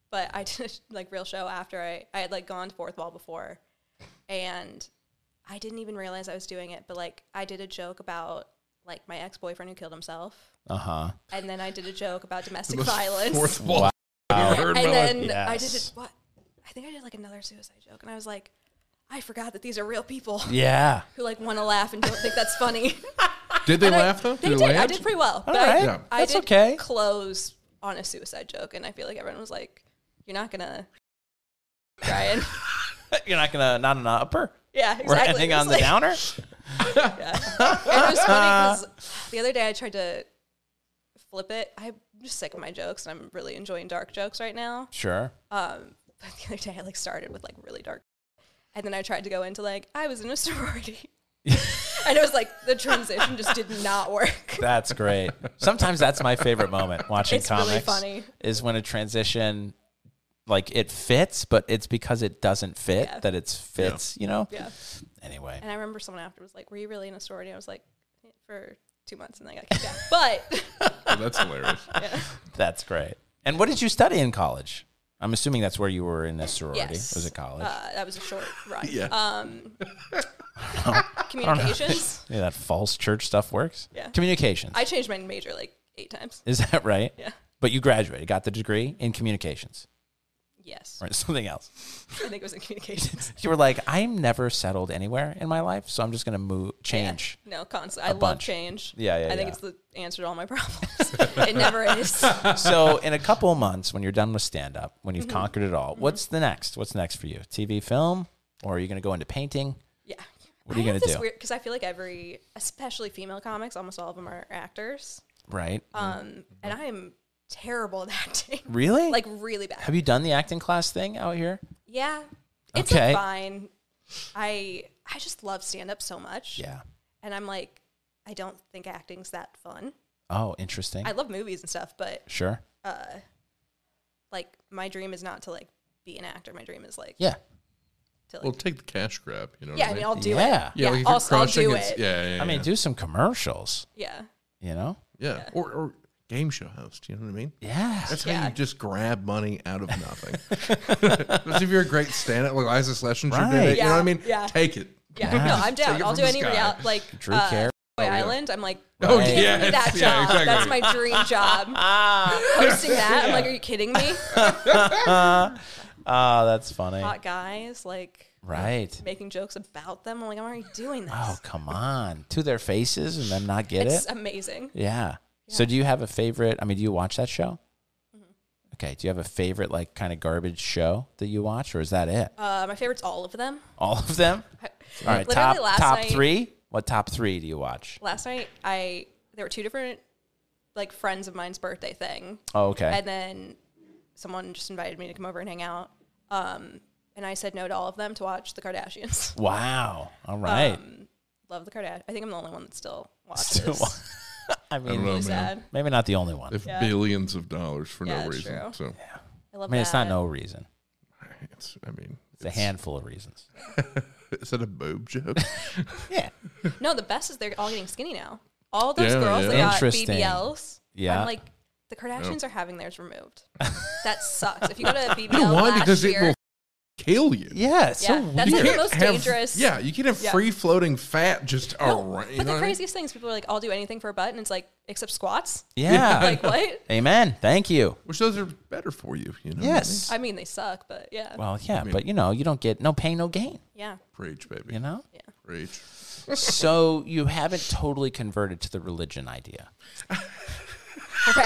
but I did a like real show after I, I had like gone to fourth wall before and I didn't even realize I was doing it, but like I did a joke about like my ex boyfriend who killed himself.
Uh huh.
And then I did a joke about domestic
The most
violence.
Fourth wall. I've ever heard
and
about.
then I did
Yes.
it what I think I did like another suicide joke and I was like, I forgot that these are real people
Yeah.
who like want to laugh and don't think that's funny.
Did they
And I-
laugh though?
They
did
did.
they
I
land?
did pretty well.
All
but I-
right.
Yeah.
I
That's
did
okay.
close on a suicide joke, and I feel like everyone was like, "You're not gonna, Ryan."
You're not gonna not an upper.
yeah, exactly.
We're ending
It was
on the
like-
downer.
And it was funny because the other day I tried to flip it. I'm just sick of my jokes, and I'm really enjoying dark jokes right now.
Sure.
Um, but the other day I like started with like really dark, and then I tried to go into like I was in a sorority. and it was like the transition just did not work.
That's great. Sometimes that's my favorite moment watching
It's really
comics.
funny.
Is when a transition, like it fits, but it's because it doesn't fit
Yeah.
that it's fits. You know.
Yeah.
Anyway.
And I remember someone after was like, "Were you really in a sorority?" I was like, "Eh, "For two months," and then I got kicked out. But
Oh, that's hilarious.
That's great. And what did you study in college? I'm assuming that's where you were in a sorority.
Yes.
Was it college?
uh, that was a short run.
Yeah.
Um, communications.
yeah, that false church stuff works.
Yeah.
Communications.
I changed my major like eight times.
Is that right?
Yeah.
But you graduated, got the degree in communications
Yes,
or something else.
I think it was in communications.
You were like, I'm never settled anywhere in my life, so I'm just gonna move, change.
No, constantly. I love
bunch.
change.
Yeah, yeah,
I think
yeah.
it's the answer to all my problems. it never is.
so in a couple of months, when you're done with stand up, when
Mm-hmm.
you've conquered it all, what's the next? What's next for you? TV, film, or are you gonna go into painting?
Yeah.
What are you
I have
gonna
this
do?
Weird because I feel like every, especially female comics, almost all of them are actors,
Right?
um, and I am terrible at acting.
really?
Like really bad.
have you done the acting class thing out here?
Yeah. It's
Okay.
like fine. I I just love stand up so much.
Yeah.
And I'm like, I don't think acting's that fun.
Oh, interesting.
I love movies and stuff, but
sure.
uh, like my dream is not to like be an actor. My dream is like
Yeah.
to like
Well, take the cash grab. You know.
Yeah, I
what
mean I'll do
Yeah.
it. Yeah,
like if you're
I'll, I'll
crushing,
do
it's-
it. Yeah.
Yeah, yeah, yeah.
I mean, do some commercials,
yeah.
you know?
yeah. Or, or game show host. You know what I mean?
Yeah.
That's how
Yeah. Uh,
you just grab money out of nothing. Especially if you're a great stand-up like Liza Schlesinger did
Right.
it. You know what I
Yeah,
mean?
yeah.
Take it.
No, I'm down.
it
I'll
from
do
the
any
sky.
reality like
Drew
uh,
Carey.
Boy Island. I'm like
Oh,
give me
yes.
that job.
Yeah, exactly. Ah.
That's my dream job. Hosting that. I'm like, are you kidding me?
Oh, that's funny.
Hot guys, like
Right.
making jokes about them. I'm like, I'm already doing this.
Oh, come on. To their faces and them not get
It's
it?
amazing.
Yeah. So do you have a favorite? I mean, do you watch that show?
Mm-hmm.
Okay. Do you have a favorite, like, kind of garbage show that you watch, or is that it?
Uh, my favorite's all of them.
All of them? All right.
Literally
Top,
last
top
night-
three? What top three do you watch?
Last night, I there were two different like friends of mine's birthday thing,
Oh, okay.
and then someone just invited me to come over and hang out. Um, and I said no to all of them to watch the Kardashians.
wow. All right.
Love the Kardashians. I think I'm the only one that still Um, watches.
Still wa- I mean,
know, man.
Sad.
maybe not the only one.
They have billions of dollars for
Yeah,
no
that's
reason.
true.
So
I
I
love.
mean, it's not
that.
no reason.
it's, I mean,
It's a handful of reasons.
is that a boob joke?
Yeah.
No, the best is they're all getting skinny now. All those
Yeah,
girls
yeah.
that got
Interesting.
BBLs.
Yeah.
I'm like, the Kardashians are having theirs removed. that sucks. If you go to a BBL
you know why?
last
Because
year,
it will kill you.
Yeah. It's
Yeah,
so
that's
weird.
like the most dangerous.
Yeah, you can have
Yeah.
free floating fat just
No,
around. you know
but
what
the
I mean?
craziest things, people are like, I'll do anything for a butt, and it's like, except squats.
yeah.
Like what?
Amen. Thank you.
Which those are better for you, you know. what I
Yes.
I mean, they suck, but yeah,
well, yeah, but you know, you don't get no pain, no gain.
yeah.
mean? Preach, baby.
You know.
Preach.
so you haven't totally converted to the religion idea.
Okay.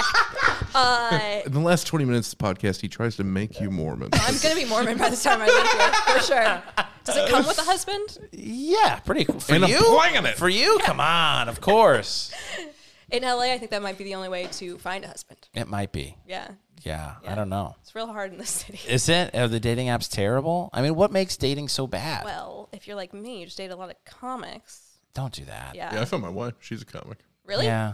uh,
In the last 20 minutes of the podcast, he tries to make you Mormon.
I'm gonna be Mormon by the time I leave here for sure. Does it come with a husband?
Yeah, pretty cool. for
And I'm
you.
playing it.
For you, come on, of course.
In LA, I think that might be the only way to find a husband.
it might be.
Yeah,
Yeah, I
Yeah.
don't know.
It's real hard in the city.
Is it? Are the dating apps terrible? I mean, what makes dating so bad?
Well, if you're like me, you just date a lot of comics.
don't do that.
Yeah.
Yeah, I found my wife. She's a comic.
Really?
Yeah.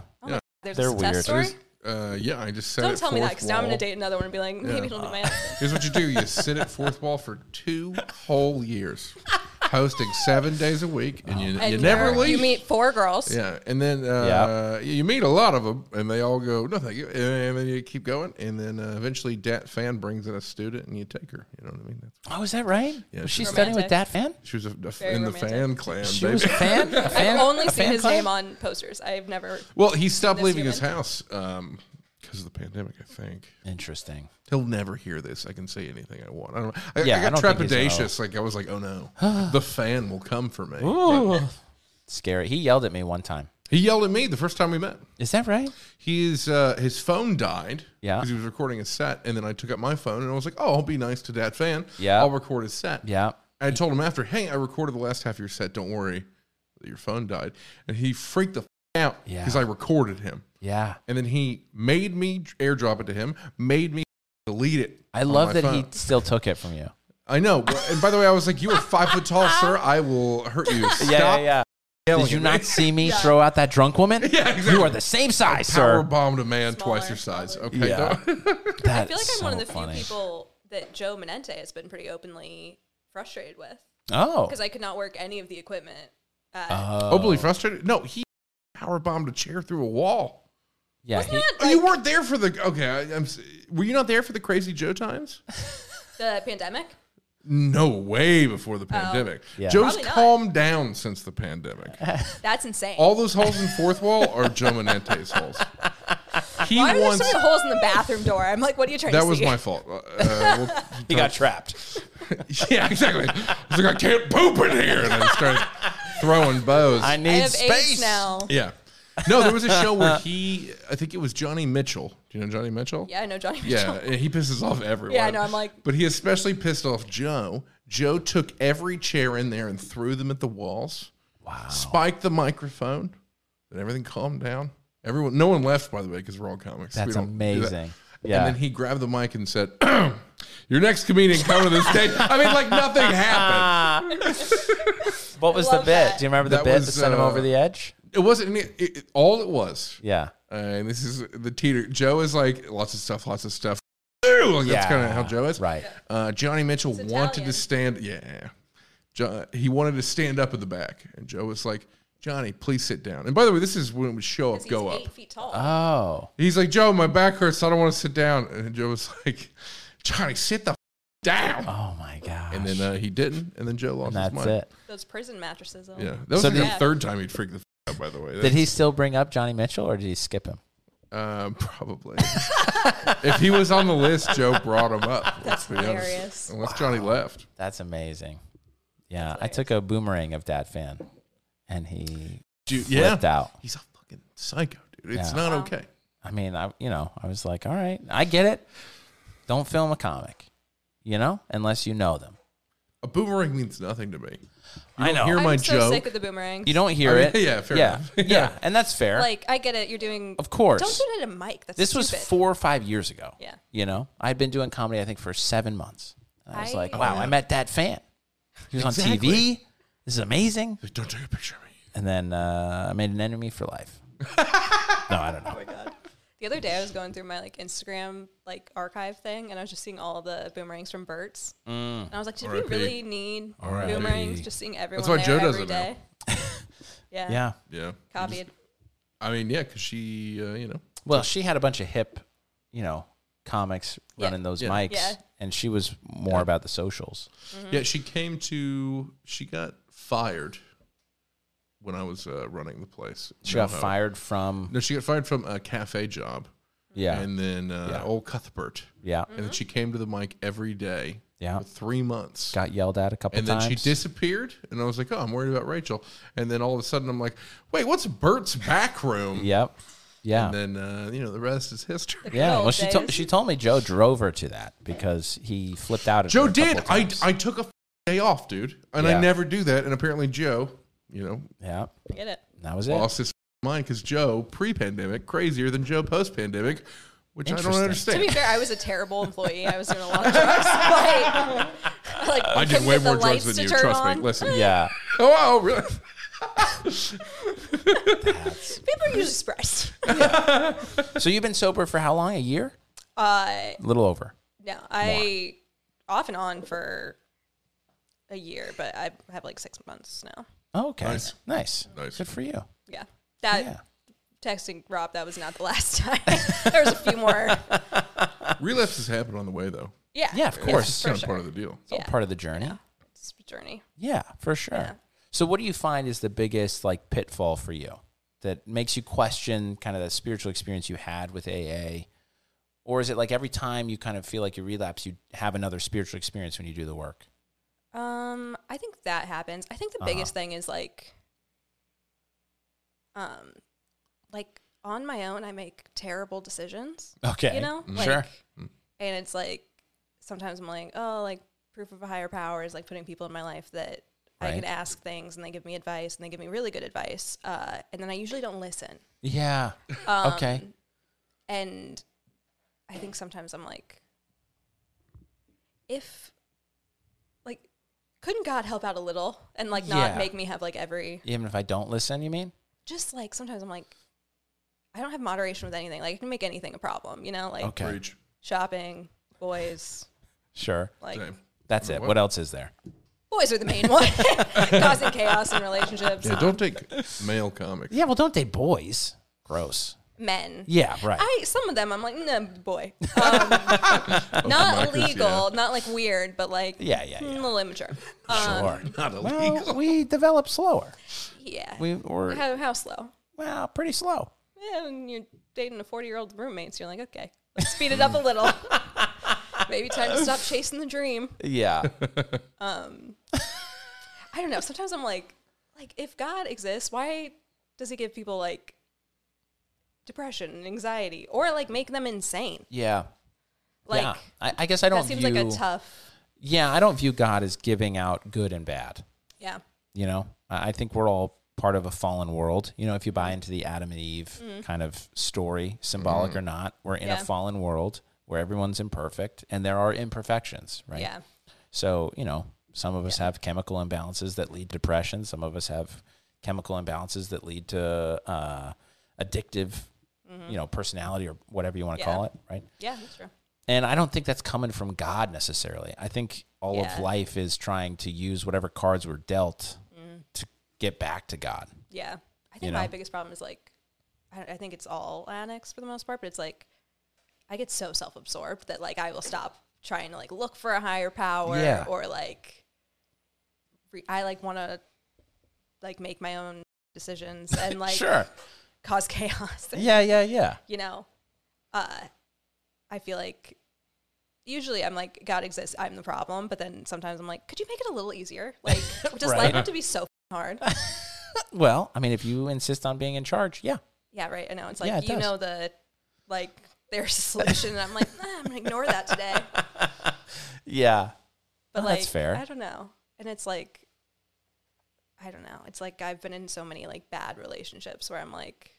There's
They're
a success
weird.
story?
There's-
Uh, yeah, I just said.
Don't tell me that because now I'm going to
date.
date another one and be like, maybe it'll be my husband.
Here's what you do: you sit at fourth wall for two whole years, hosting seven days a week, and you, you
Oh. And
never
you're-
leave.
You meet four girls.
yeah, and then uh, you meet a lot of them, and they all go no thank you, and then you keep going, and then uh, eventually Dat Fan brings in a student, and you take her. You know what I mean? That's,
Oh, is that right?
Yeah,
was she
sure.
studying with that
Romantic.
fan?
she was a, a-
Very
in the
romantic.
fan clan.
She
baby.
was a fan. A fan
I've only
a
seen
fan
his
club?
name on posters. I've never.
well, he stopped
This
leaving his
human.
house because of the pandemic, I think.
Interesting.
He'll never hear this. I can say anything I want. I don't know. I,
Yeah,
I
I
got
don't think he's gonna-
trepidatious. Like I was like, oh no, the fan will come for me.
Scary. He yelled at me one time.
He yelled at me the first time we met.
Is that right?
He's uh, his phone died.
Yeah.
because he was recording a set, and then I took up my phone and I was like, "Oh, I'll be nice to that fan.
Yeah.
I'll record his set."
Yeah.
I told him after, "Hey, I recorded the last half of your set. Don't worry, that your phone died." And he freaked the f- out
Yeah.
because I recorded him,
Yeah.
and then he made me airdrop it to him, made me delete it.
I
on
love
my
that he
phone.
still took it from you.
I know. but- And by the way, I was like, "You are five foot tall, sir. I will hurt you." Stop
yeah.
yelling
Did you
at
not
me."
see me throw out that drunk woman?
Yeah, exactly.
You are the same size,
Power
sir.
bombed a man
Smaller,
twice your size.
smaller.
Okay.
Yeah.
I feel like I'm one of the few people that Joe Menente has been pretty openly frustrated with
Oh.
because I could not work any of the equipment. Uh,
Openly frustrated? No, he power bombed a chair through a wall.
yeah.
wasn't
He,
that
Oh, you
like,
weren't there for the okay. I, I'm. s- Were you not there for the Crazy Joe times?
the pandemic?
No, way before the pandemic.
Yeah.
Joe's
Oh. Probably not.
calmed down since the pandemic.
That's insane.
All those holes in fourth wall are Joe Menente's holes. He
Why are there
wants.
so many holes in the bathroom door? I'm like, what are you trying
That
to
was
see?
my fault. Uh,
he got trapped.
well, yeah, exactly. I was like, I can't poop in here, and I started throwing bows.
I
I
need
have
space
AIDS now.
Yeah. No, there was a show where he, I think it was Johnny Mitchell. Do you know Johnny Mitchell?
Yeah, I know Johnny Mitchell.
Yeah, and he pisses off everyone.
Yeah, I know, I'm like-
but he especially pissed off Joe. Joe took every chair in there and threw them at the walls. Wow. Spiked the microphone, and everything calmed down. Everyone, no one left, by the way, because we're all comics. We
That's
don't do that.
amazing. Yeah.
And then he grabbed the mic and said, "Your next comedian coming to the stage." I mean, like nothing happened.
Ah. what was the
love
bit?
that.
Do you remember the
That
bit
was,
that sent him
uh,
over the edge?
It wasn't any, it, it- all. It was.
Yeah.
Uh, and this is the teeter. Joe is like lots of stuff, lots of stuff. Like, that's
Yeah.
kind of how Joe is,
Right.
Uh, Johnny Mitchell
It's
wanted to
Italian.
stand. Yeah, jo- he wanted to stand up at the back, and Joe was like, "Johnny, please sit down." And by the way, this is when it would show up,
He's
go up. Uh-huh.
eight feet tall.
Oh.
He's like, "Joe, my back hurts. I don't want to sit down." And Joe was like, "Johnny, sit the f- down."
Oh my gosh.
and then uh, he didn't, and then Joe lost
And
his
that's
mind.
it.
Those prison mattresses. though.
Yeah, that was
So
like
did-
the third time he'd freak the f- out. By the way,
Did he still bring up Johnny Mitchell or did he skip him?
Um, probably. if he was on the list, Joe brought him up. That's
hilarious.
Unless Johnny left.
That's amazing. Yeah. I took a boomerang of that fan and he
Dude,
flipped out.
He's a fucking psycho, dude. It's
Yeah.
not okay.
I mean, I you know, I was like, all right, I get it. Don't film a comic, you know, unless you know them.
A boomerang means nothing to me.
I know.
hear
I'm
my
so
joke.
sick of the boomerangs.
you don't hear
I mean,
it.
yeah, fair
yeah,
enough.
yeah, and that's fair.
like, I get it. You're doing.
of course.
Don't do it at a mic. That's
this was
stupid.
four or five years ago.
Yeah.
You know, I'd been doing comedy, I think, for seven months. And I was
I-
like, wow, I met that fan. He was on
Exactly.
TV. This is amazing.
Like, Don't take a picture of me.
And then uh, I made an enemy for life. no, I don't know.
The other day, I was going through my like Instagram like archive thing, and I was just seeing all the boomerangs from Burt's, and I was like, "Did we
R.I.P.
really need
R.I.P.
boomerangs? Just seeing everyone
why
there
Joe does
every
it now.
day." yeah.
Yeah.
Yeah.
Copied.
I mean, yeah, because she, uh, you know,
Well, she had a bunch of hip, you know, comics
Yeah.
running those
Yeah.
mics,
Yeah.
and she was more about the socials.
Mm-hmm.
yeah, she came to, she got fired when I was uh, running the place.
She
No,
got
no.
fired from
No, she got fired from a cafe job.
yeah,
And then uh,
Yeah.
old Cuthbert.
yeah,
Mm.
And
Mm-hmm.
then she came to the mic every day
Yeah.
for three months.
got yelled at a couple
and then
times.
she disappeared, and I was like, "Oh, I'm worried about Rachel." And then all of a sudden, I'm like, "Wait, what's Bert's back room?"
Yep. Yeah.
And then uh, you know the rest is history.
yeah.
old
Well, she told
days.
she told me Joe drove her to that because he flipped out. At
Joe
her a couple
did. I
times.
I took a f- day off, dude, and
Yeah.
I never do that. And apparently, Joe, you know,
yeah.
Get it.
That was it.
lost his f- mind because Joe pre-pandemic crazier than Joe post-pandemic which I don't
Interesting.
To
understand.
be fair, I was a terrible employee. I was doing a lot of drugs. Like, like
I did
couldn't
way
get the
more drugs
lights
than
to
you.
turn
Trust
on.
me. Listen.
Yeah.
Oh, oh, really?
People are usually surprised.
So you've been sober for how long? A year?
Uh,
A little over.
no, I off and on for a year, but I have like six months now.
Oh, okay.
Nice.
Nice. nice.
Nice.
Good for you.
Yeah, that
Yeah.
texting Rob. That was not the last time. there was a few more.
Relapses happen on the way, though.
Yeah,
Yeah, of course.
It's kind
sure.
of part of the deal.
It's all part of the journey. Yeah,
It's a journey.
for sure. So what do you find is the biggest like pitfall for you that makes you question kind of the spiritual experience you had with AA? Or is it like every time you kind of feel like you relapse, you have another spiritual experience when you do the work?
Um, I think that happens. I think the biggest thing is like, um, like on my own, I make terrible decisions.
Oh, Okay.
You know, like,
Sure.
and it's like sometimes I'm like, oh, like proof of a higher power is like putting people in my life that I
Right.
can ask things and they give me advice and they give me really good advice. Uh, and then I usually don't listen. Um,
Yeah. okay.
And I think sometimes I'm like, if, like, couldn't God help out a little and, like, not
Yeah.
make me have, like, every,
Even if I don't listen, you mean?
just like, sometimes I'm like, I don't have moderation with anything. Like, I can make anything a problem, you know? Like,
Okay.
Preach.
shopping, boys,
Sure.
like,
Same.
That's it.
What?
What else is there?
boys are the main one, causing chaos in relationships.
Yeah, don't take male comics.
Yeah, well, don't they boys? Gross.
Men.
Yeah, right.
I some of them I'm like no boy, um, not
Marcus,
illegal, not like weird, but like
Yeah, yeah,
mm,
yeah.
a little immature.
sure.
Not illegal.
Well, we develop slower.
Yeah,
We were
how, how slow?
well, pretty slow.
Yeah, when you're dating a 40 year old roommate, so you're like, okay, let's speed it up a little. Maybe time to stop chasing the dream. Um,
Yeah.
I don't know. Sometimes I'm like, like if God exists, why does He give people like depression and anxiety, or like make them insane?
yeah.
Like
yeah. I, I guess I don't
that seems
view
like a tough.
Yeah, I don't view God as giving out good and bad.
Yeah,
You know? I, I think we're all part of a fallen world. You know, if you
Mm-hmm.
buy into the Adam and Eve kind of story, symbolic or not, we're in
Yeah.
a fallen world where everyone's imperfect and there are imperfections, right?
yeah,
So, you know, some of us have chemical imbalances that lead to depression. Some of us have chemical imbalances that lead to uh, addictive, you know, personality or whatever you want to
Mm-hmm. Yeah.
call it, right?
yeah. That's true.
And I don't think that's coming from God necessarily. I think all of
Yeah.
life is trying to use whatever cards were dealt
Mm.
to get back to God.
Yeah. I think
You
my
know?
biggest problem is like, I, I think it's all annex for the most part, but it's like, I get so self absorbed that like I will stop trying to like look for a higher power
Yeah.
or like, re- I like want to like make my own decisions and like
sure.
cause chaos. and,
Yeah, yeah, yeah.
You know, uh, I feel like usually I'm like, God exists, I'm the problem. But then sometimes I'm like, could you make it a little easier? Like, does
Right.
life have to be so f***ing hard?
Well, I mean, if you insist on being in charge, yeah.
Yeah, right. I know. It's like
Yeah, it
you
does.
know the like there's a solution, and I'm like, nah, I'm gonna ignore that today.
Yeah.
But
Oh,
like,
that's fair.
I don't know. And it's like, I don't know. It's like I've been in so many like bad relationships where I'm like,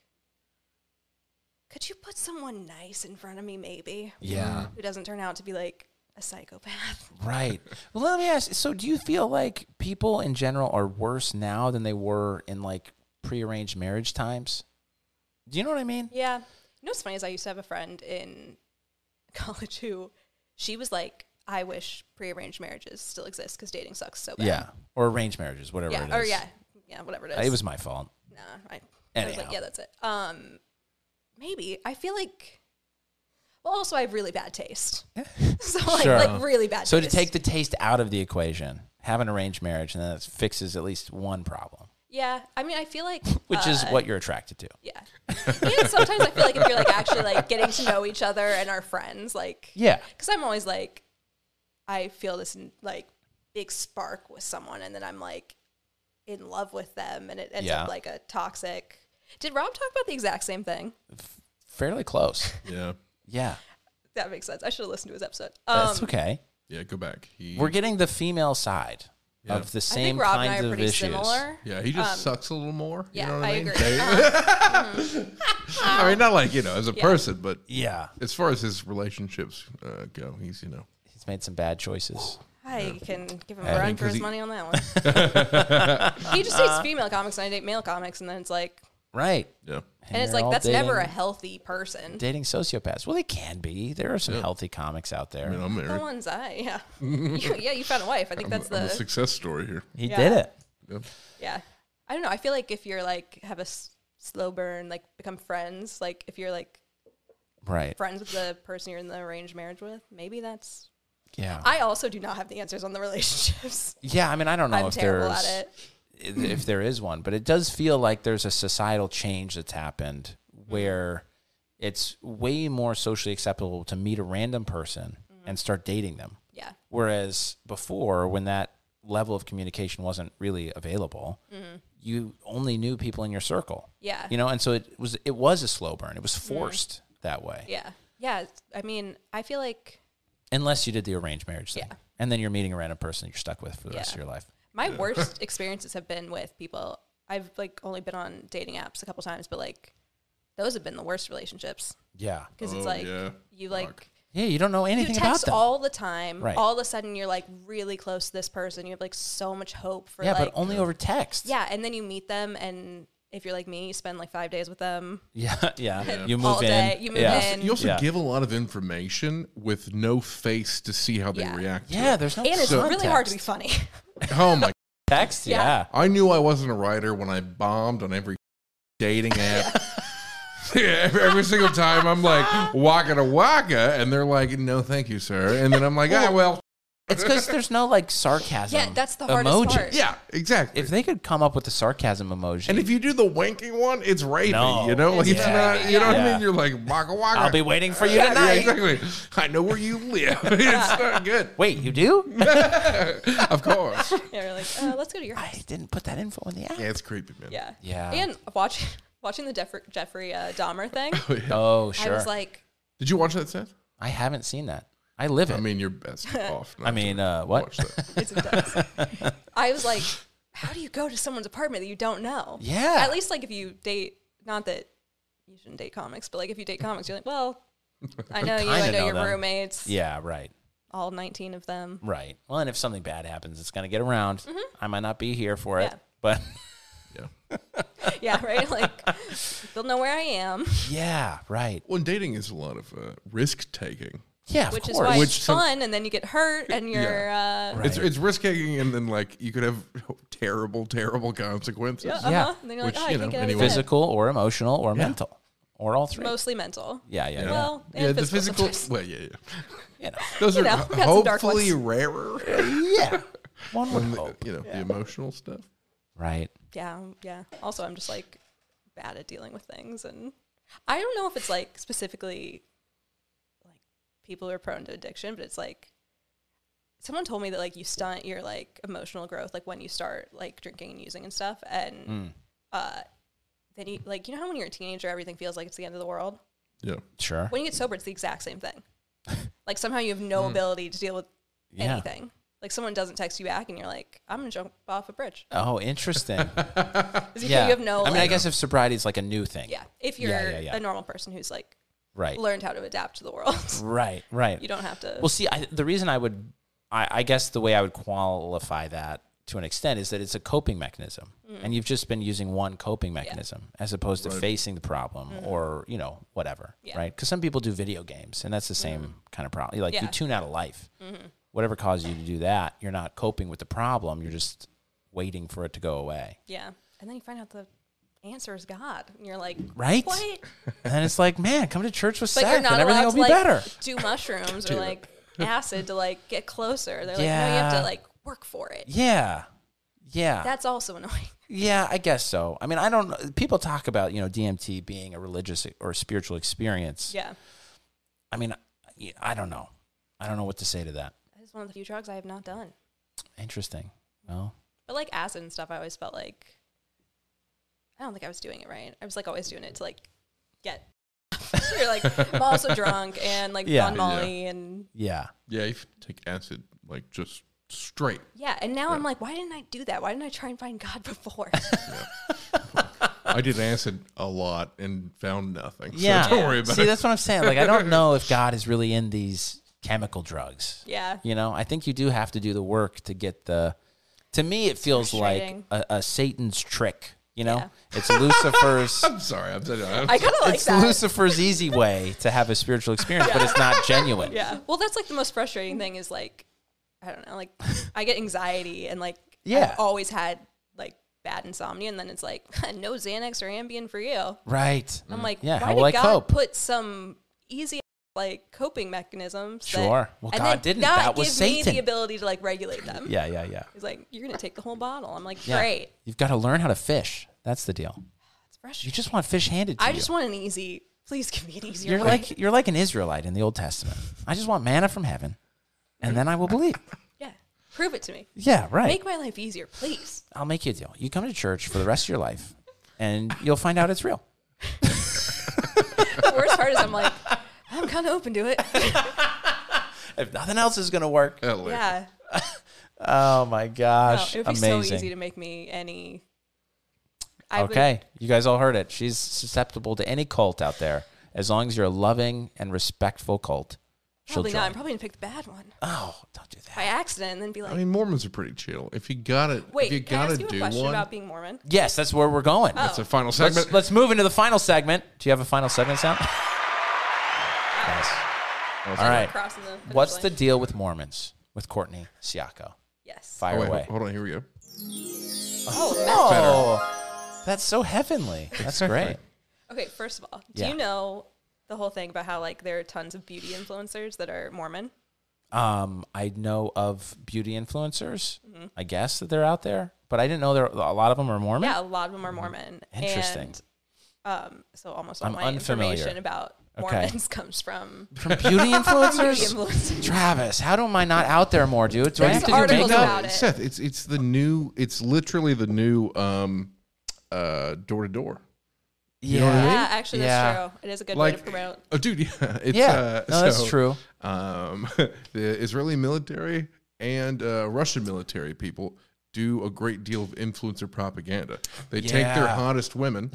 could you put someone nice in front of me, maybe,
Yeah.
who doesn't turn out to be like a psychopath?
Right. Well, let me ask. So, do you feel like people in general are worse now than they were in like prearranged marriage times? Do you know what I mean?
Yeah. You know what's funny is I used to have a friend in college who, she was like, I wish prearranged marriages still exist because dating sucks so bad.
Or arranged marriages, whatever
Yeah.
it is.
Or yeah. Yeah. Whatever it is.
It was my fault.
No, I, I was like,
Anyhow.
yeah, that's it. Um, maybe I feel like. Well, also I have really bad taste. so like,
Eh, Sure.
like really bad.
So, to
taste.
take the taste out of the equation, have an arranged marriage, and that fixes at least one problem,
yeah, I mean, I feel like
which is
uh,
what you're attracted to.
Yeah, and sometimes I feel like if you're like actually like getting to know each other and our friends, like
Yeah.
because I'm always like, I feel this like big spark with someone, and then I'm like in love with them, and it ends
Yeah.
up like a toxic. Did Rob talk about the exact same thing?
Fairly close.
Yeah.
Yeah.
That makes sense. I should have listened to his episode. Um,
That's okay.
Yeah, go back. He,
We're getting the female side of the
I
same
think Rob and I
kinds
are
of
pretty
issues.
similar.
Yeah, he just sucks a little more.
Um, Yeah,
you know what
I
I mean?
agree. Um,
Dave? I mean, not like you know, as a person, but
Yeah,
as far as his relationships uh, go, he's you know,
he's made some bad choices.
I can give him
I
a run
mean,
for
'cause
his
he-
money on that one. he just dates female comics and I date male comics, and then it's like,
Right.
yeah,
and, it's
they're
like
all
that's never a
dating-
healthy person.
dating sociopaths. Well, they can be. There are some healthy comics out there.
I mean, I'm
The
married.
ones I, yeah, You- yeah, you found a wife. I think Oh, that's
I'm a
the
success story here.
he
yeah.
did it.
Yep.
Yeah. I don't know. I feel like if you're like have a s- slow burn, like become friends, like if you're like
Right.
friends with the person you're in the arranged marriage with, maybe that's.
Yeah.
I also do not have the answers on the relationships.
yeah. I mean, I don't know
I'm
if
terrible
there's
at it.
if there is one, but it does feel like there's a societal change that's happened
Mm-hmm.
where it's way more socially acceptable to meet a random person
Mm-hmm.
and start dating them.
Yeah.
Whereas before, when that level of communication wasn't really available, you only knew people in your circle.
Mm-hmm. Yeah. Mm-hmm.
You know, and so it was it was a slow burn. It was forced that way.
Yeah. Yeah. it's- I mean, I feel like
Unless you did the arranged marriage thing.
Yeah.
And then you're meeting a random person you're stuck with for the rest of
Yeah.
your life.
my worst experiences have been with people. I've like only been on dating apps a couple times, but like those have been the worst relationships
Yeah.
because
Oh,
it's like
yeah.
you like.
Yeah, you don't know anything
you text
about them.
all the time.
Right.
All of a sudden, you're like really close to this person. You have like so much hope for
yeah, but
like
only over text.
yeah, and then you meet them, and if you're like me, you spend like five days with them.
Yeah, yeah. You move
all
in.
day, you move
yeah.
in.
You also
Yeah.
give a lot of information with no face to see how they
Yeah.
react. to
Yeah,
it.
there's no.
And it's
So-
really hard to be funny.
Oh my!
Text, yeah.
Yeah.
I knew I wasn't a writer when I bombed on every dating app. Yeah, every single time I'm like waka to waka, and they're like, "No, thank you, sir." And then I'm like, "Ah, well,
It's because there's no like sarcasm.
yeah, that's the hardest
emoji.
part.
yeah, exactly."
If they could come up with the sarcasm emoji,
and if you do the wanking one, it's rapey,
No.
you know. Like
It's
it's
rapey,
not, you know what
yeah.
I mean. You're like waka waka.
I'll be waiting for you
yeah, yeah,
tonight.
exactly. I know where you live. it's not good,
Wait, you do?
of course.
Yeah, you're like, uh, let's go to your house.
I didn't put that info in the app.
Yeah, it's creepy, man.
Yeah,
Yeah.
And watching watching the Jeff- Jeffrey uh, Dahmer thing,
Oh,
I
sure. I,
was like,
Did you watch that, Seth?
haven't seen that. I live it.
I mean, you're best off. not
I
to
mean, uh, what?
watch that.
it's intense. I was like, how do you go to someone's apartment that you don't know?
Yeah.
At least like if you date, not that you shouldn't date comics, but like if you date comics, you're like, well, I know you, I
kinda
know,
know
your
them.
roommates,
yeah, right,
all 19 of them.
right. Well, and if something bad happens, it's gonna get around. I might not be here for it,
Mm-hmm. Yeah.
but
yeah.
yeah, right. Like they'll know where I am,
yeah, right.
Well, and dating is a lot of uh, risk taking.
Yeah, of
which is
course.
why
Which
it's
some-
fun. And then you get hurt, and you're uh,
Right.
It's it's risk taking, and then like you could have terrible, terrible consequences.
yeah, uh-huh.
Yeah.
and then you're like,
Which,
oh, I
you
can't
know,
get out of
anyone-
bed.
physical or emotional or mental or all three.
Mostly mental.
yeah, yeah, yeah.
Well, and
Yeah, the
physical.
physical.
sometimes.
Well, yeah, yeah.
you know.
Those
You
are
know,
ho-
we got some dark
hopefully
ones.
rarer.
yeah. One would hope.
you know, the emotional stuff.
Right.
Yeah, yeah. Also, I'm just like bad at dealing with things, and I don't know if it's like specifically like people who are prone to addiction, but it's like someone told me that like you stunt your like emotional growth like when you start like drinking and using and stuff, and
Mm.
uh, then you like you know how when you're a teenager everything feels like it's the end of the world.
Yeah.
Sure.
When you get sober, it's the exact same thing. like somehow you have no ability to deal with
Mm. Yeah.
anything. Like someone doesn't text you back, and you're like, "I'm gonna jump off a bridge."
Oh, interesting.
'Cause you-
yeah.
you have no.
I mean, I
like-
guess if sobriety is like a new thing.
Yeah. If
Yeah,
you're
yeah, yeah.
a normal person who's like
Right.
learned how to adapt to the world,
Right. Right.
you don't have to.
Well, see, I, the reason I would, I, I guess the way I would qualify that to an extent is that it's a coping mechanism,
Mm.
and you've just been using one coping mechanism as opposed to facing the problem or you know whatever,
Mm-hmm. Yeah. Mm-hmm.
right? Because some people do video games, and that's the same kind of problem. Like you
Yeah. Mm-hmm.
tune out of life. Whatever caused you to do that, you're not coping with the problem. You're just waiting for it to go away,
yeah. And then you find out the answer is God, and you're like,
right?
What?
And then it's like, man, come to church with
But
Seth,
you're
and
not
everything
allowed
will
to
be
like
better.
do mushrms or like acid to like get closer. They're like, no, you have
Yeah.
to like work for it.
Yeah, yeah.
That's also annoying.
Yeah, I guess so. I mean, I don't. People talk about you know DMT being a religious e, or spiritual experience.
Yeah.
I mean, I, I don't know. I don't know what to say to that.
That is one of the few drugs I have not done.
Interesting. Well,
But like acid and stuff, I always felt like I don't think I was doing it right. I was like always doing it to like get. You're like I'm also drunk and like
Yeah.
on Molly and
yeah,
Yeah. You take acid like just straight.
Yeah, and now I'm like, why didn't I do that? Why didn't I try and find God before?
I did acid a lot and found nothing.
Yeah.
So don't worry about
See,
it.
that's what I'm saying. Like, I don't know if God is really in these chemical drugs.
yeah.
You know, I think you do have to do the work to get the. To me, it feels like
frustrating.
a, a Satan's trick. You know, it's Lucifer's.
I'm sorry. I'm, sorry. I'm
I kind of like
it's
that.
Lucifer's easy way to have a spiritual experience, but it's not genuine.
Yeah. Well, that's like the most frustrating thing is like, I don't know, like I get anxiety and like
Yeah.
I've always had like bad insomnia, and then it's like no Xanax or Ambien for you. And
Right.
I'm like,
Mm. yeah.
why
How
did
will I
God
cope?
put some easy like coping mechanisms? that-
Sure. Well,
and
God
then
didn't.
Not
That was
give me
Satan.
the ability to like regulate them.
yeah, yeah, yeah.
He's like, you're gonna take the whole bottle. I'm like,
Yeah.
great.
You've got to learn how to fish. That's the deal.
It's
You
frustrating.
just want fish handed to
I
you.
just want an easy. Please give me an easier.
You're
way.
like you're like an Israelite in the Old Testament. I just want manna from heaven, and then I will believe.
yeah. Prove it to me.
Yeah, right.
Make my life easier, please.
I'll make you a deal. You come to church for the rest of your life, and you'll find out it's real.
The worst part is I'm like, I'm kind of open to it.
If nothing else is going to work.
Totally.
Yeah.
Oh my
No,
gosh,
it would be
amazing.
so easy to make me any. I would-
okay, you guys all heard it. She's susceptible to any cult out there, as long as you're a loving and respectful cult. She'll
probably not. I'm
join.
probably gonna pick the bad one
Oh, don't do that.
by accident, and then be like,
I mean, Mormons are pretty chill. If you got to, Oh, if you
"Wait, can I
got to
ask you a
do
question
one,
about being Mormon?" Oh.
Yes, that's where we're going.
that's a final segment.
Let's, let's move into the final segment. Do you have a final segment sound? yes. All right.
Crossing the finish
What's the
line.
deal with Mormons with Courtney Siako?
yes?
oh,
Fire
wait,
away.
hold on. Here we go.
Oh,
Oh, that's so heavenly. That's great.
ma- okay. First of all, do
Yeah.
you know the whole thing about how like there are tons of beauty influencers that are Mormon?
Um, I know of beauty influencers.
Mm-hmm.
I guess that they're out there, but I didn't know there a lot of them are Mormon. Mm-hmm.
Yeah, a lot of them are Mormon.
Interesting.
And, um, so almost all
I'm
my
unfamiliar.
information about
Okay.
Mormons comes from
From beauty
beauty
influencers.
influencers.
Travis, how am I not out there more, dude? Do I
There's
have to do
articles
makeup?
about it.
Seth, it's it's the new. It's literally the new um, uh, door to door.
Yeah,
know what I mean?
Yeah, actually,
Yeah.
that's true. It is a good way
Like,
to promote.
oh, dude, yeah, it's,
yeah.
Uh,
no, that's
so,
true.
Um, the Israeli military and uh, Russian military people do a great deal of influencer propaganda. They take their
Yeah.
hottest women.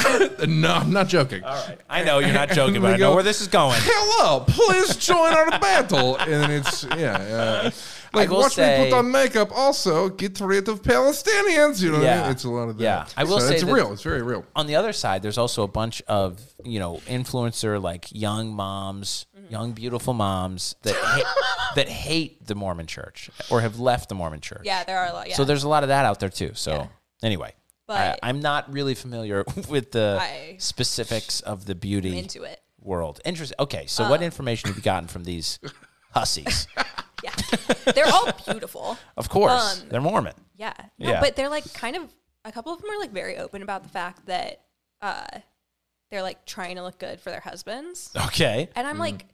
no, I'm not joking.
I know you're not joking, but I
We
know
go-
where this is going.
Hello, please join our battle. And it's yeah, uh, like
will
watch
say-
me put on makeup. Also, get rid of Palestinians. You know, what I mean?
Yeah.
it's a lot of that.
Yeah. I will
So
say
it's
that-
real. It's very real.
on the other side, there's also a bunch of you know influencer like young moms,
Mm-hmm.
young beautiful moms that ha- that hate the Mormon Church or have left the Mormon Church.
Yeah, there are a lot. Yeah.
So there's a lot of that out there too. So anyway,
But-
I, am not really familiar with the
I-
specifics of the beauty
into it. Uh.
world. Interesting. Okay, so what information have you gotten from these hussies?
Yeah. They're all beautiful.
Of course,
Um,
they're Mormon.
Yeah. No,
Yeah.
But they're like kind of, a couple of them are like very open about the fact that uh, they're like trying to look good for their husbands.
Okay,
And I'm like,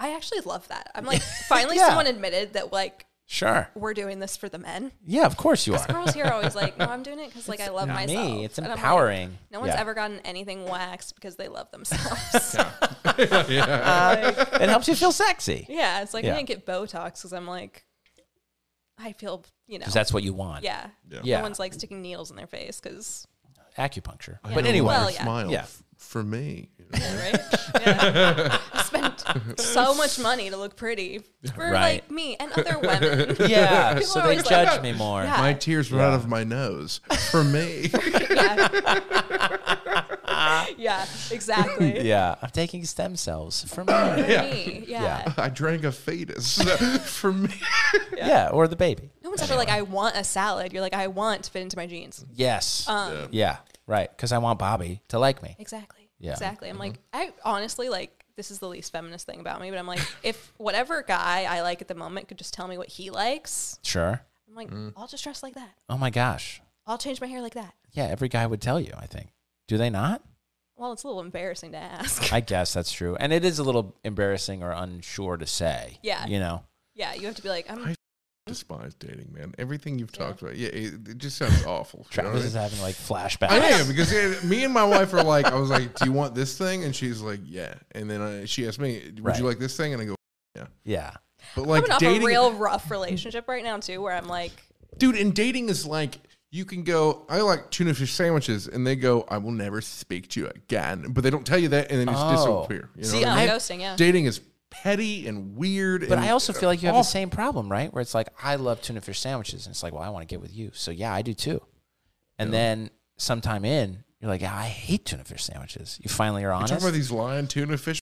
I actually love that. I'm like, finally
Mm. Yeah.
someone admitted that like
sure.
we're doing this for the men.
Yeah, of course you are.
Girls here are always like, no, I'm doing it because like I love
not me.
myself.
It's
And I'm like,
empowering.
no one's
Yeah.
ever gotten anything waxed because they love themselves.
it helps you feel sexy
yeah. It's like
Yeah.
I didn't get Botox because I'm like, I feel, you know.
because that's what you want.
Yeah.
Yeah.
No one's like sticking needles in their face because,
acupuncture.
I
but
don't
anyway,
wanna
Well, yeah.
smile
Yeah.
f- for me. you know?
right? yeah. I spent so much money to look pretty for
Right.
like me and other women.
yeah,
People
so
are
they
always
judge
like- "Oh,
me more.
Yeah.
My tears run out of my nose for me.
yeah. yeah, exactly.
Yeah, I'm taking stem cells from yeah.
For me, yeah.
I drank a fetus for me.
yeah, or the baby.
No one's ever like, I want a salad. You're like, I want to fit into my jeans.
Yes.
Um,
yeah, right. Because I want Bobby to like me.
Exactly.
Yeah.
Exactly.
Mm-hmm.
I'm like, I honestly like this is the least feminist thing about me, but I'm like, if whatever guy I like at the moment could just tell me what he likes,
Sure.
I'm like,
Mm.
I'll just dress like that.
Oh my gosh.
I'll change my hair like that.
Yeah, every guy would tell you. I think. Do they not?
Well, it's a little embarrassing to ask.
I guess that's true, and it is a little embarrassing or unsure to say.
Yeah.
You know.
yeah, you have to be like, I'm
I despise dating, man. Everything you've talked about, yeah, it, it just sounds awful. you know what I
Travis
mean?
is having like flashbacks.
I am because it, me and my wife are like, I was like, "Do you want this thing?" And she's like, "Yeah." And then I, she asked me, "Would
Right.
you like this thing?" And I go, "Yeah."
Yeah.
But like
coming off
dating,
a real rough relationship right now too, where I'm like,
dude, and dating is like you can go. I like tuna fish sandwiches, and they go, "I will never speak to you again," but they don't tell you that, and then just
Oh.
disappear. You know
See,
what I
yeah,
mean?
ghosting, yeah.
Dating is petty and oh. weird.
But I also feel like you have the same problem, right? Where it's like, I love tuna fish sandwiches. And it's like, well, I want to get with you. So yeah, I do too. And then sometime in, you're like, I hate tuna fish sandwiches. You finally are
You
honest.
talking about these lion tuna fish?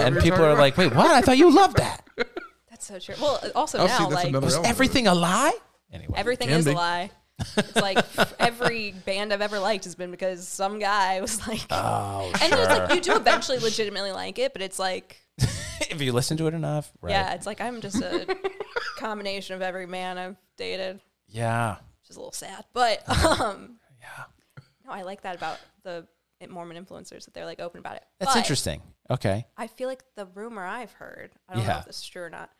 and
you're
people
talking
are
about?
like, wait, what? I thought you loved that.
that's so true. Well, uh, also
Oh, see,
now
that's
like
another-
Was
Well,
everything a lie? Anyway.
everything
Can
is
be.
a lie. It's like every band I've ever liked has been because some guy was like,
Ah,
oh,
and
sure.
it's like you do eventually legitimately like it, but it's like,
if you listen to it enough, right?
yeah, it's like I'm just a combination of every man I've dated, which
Yeah.
is a little sad, but um, yeah, no, I like that about the Mormon influencers that they're like open about it.
That's
But
interesting. Okay.
I feel like the rumor I've heard, I don't know
Yeah.
if this is true or not,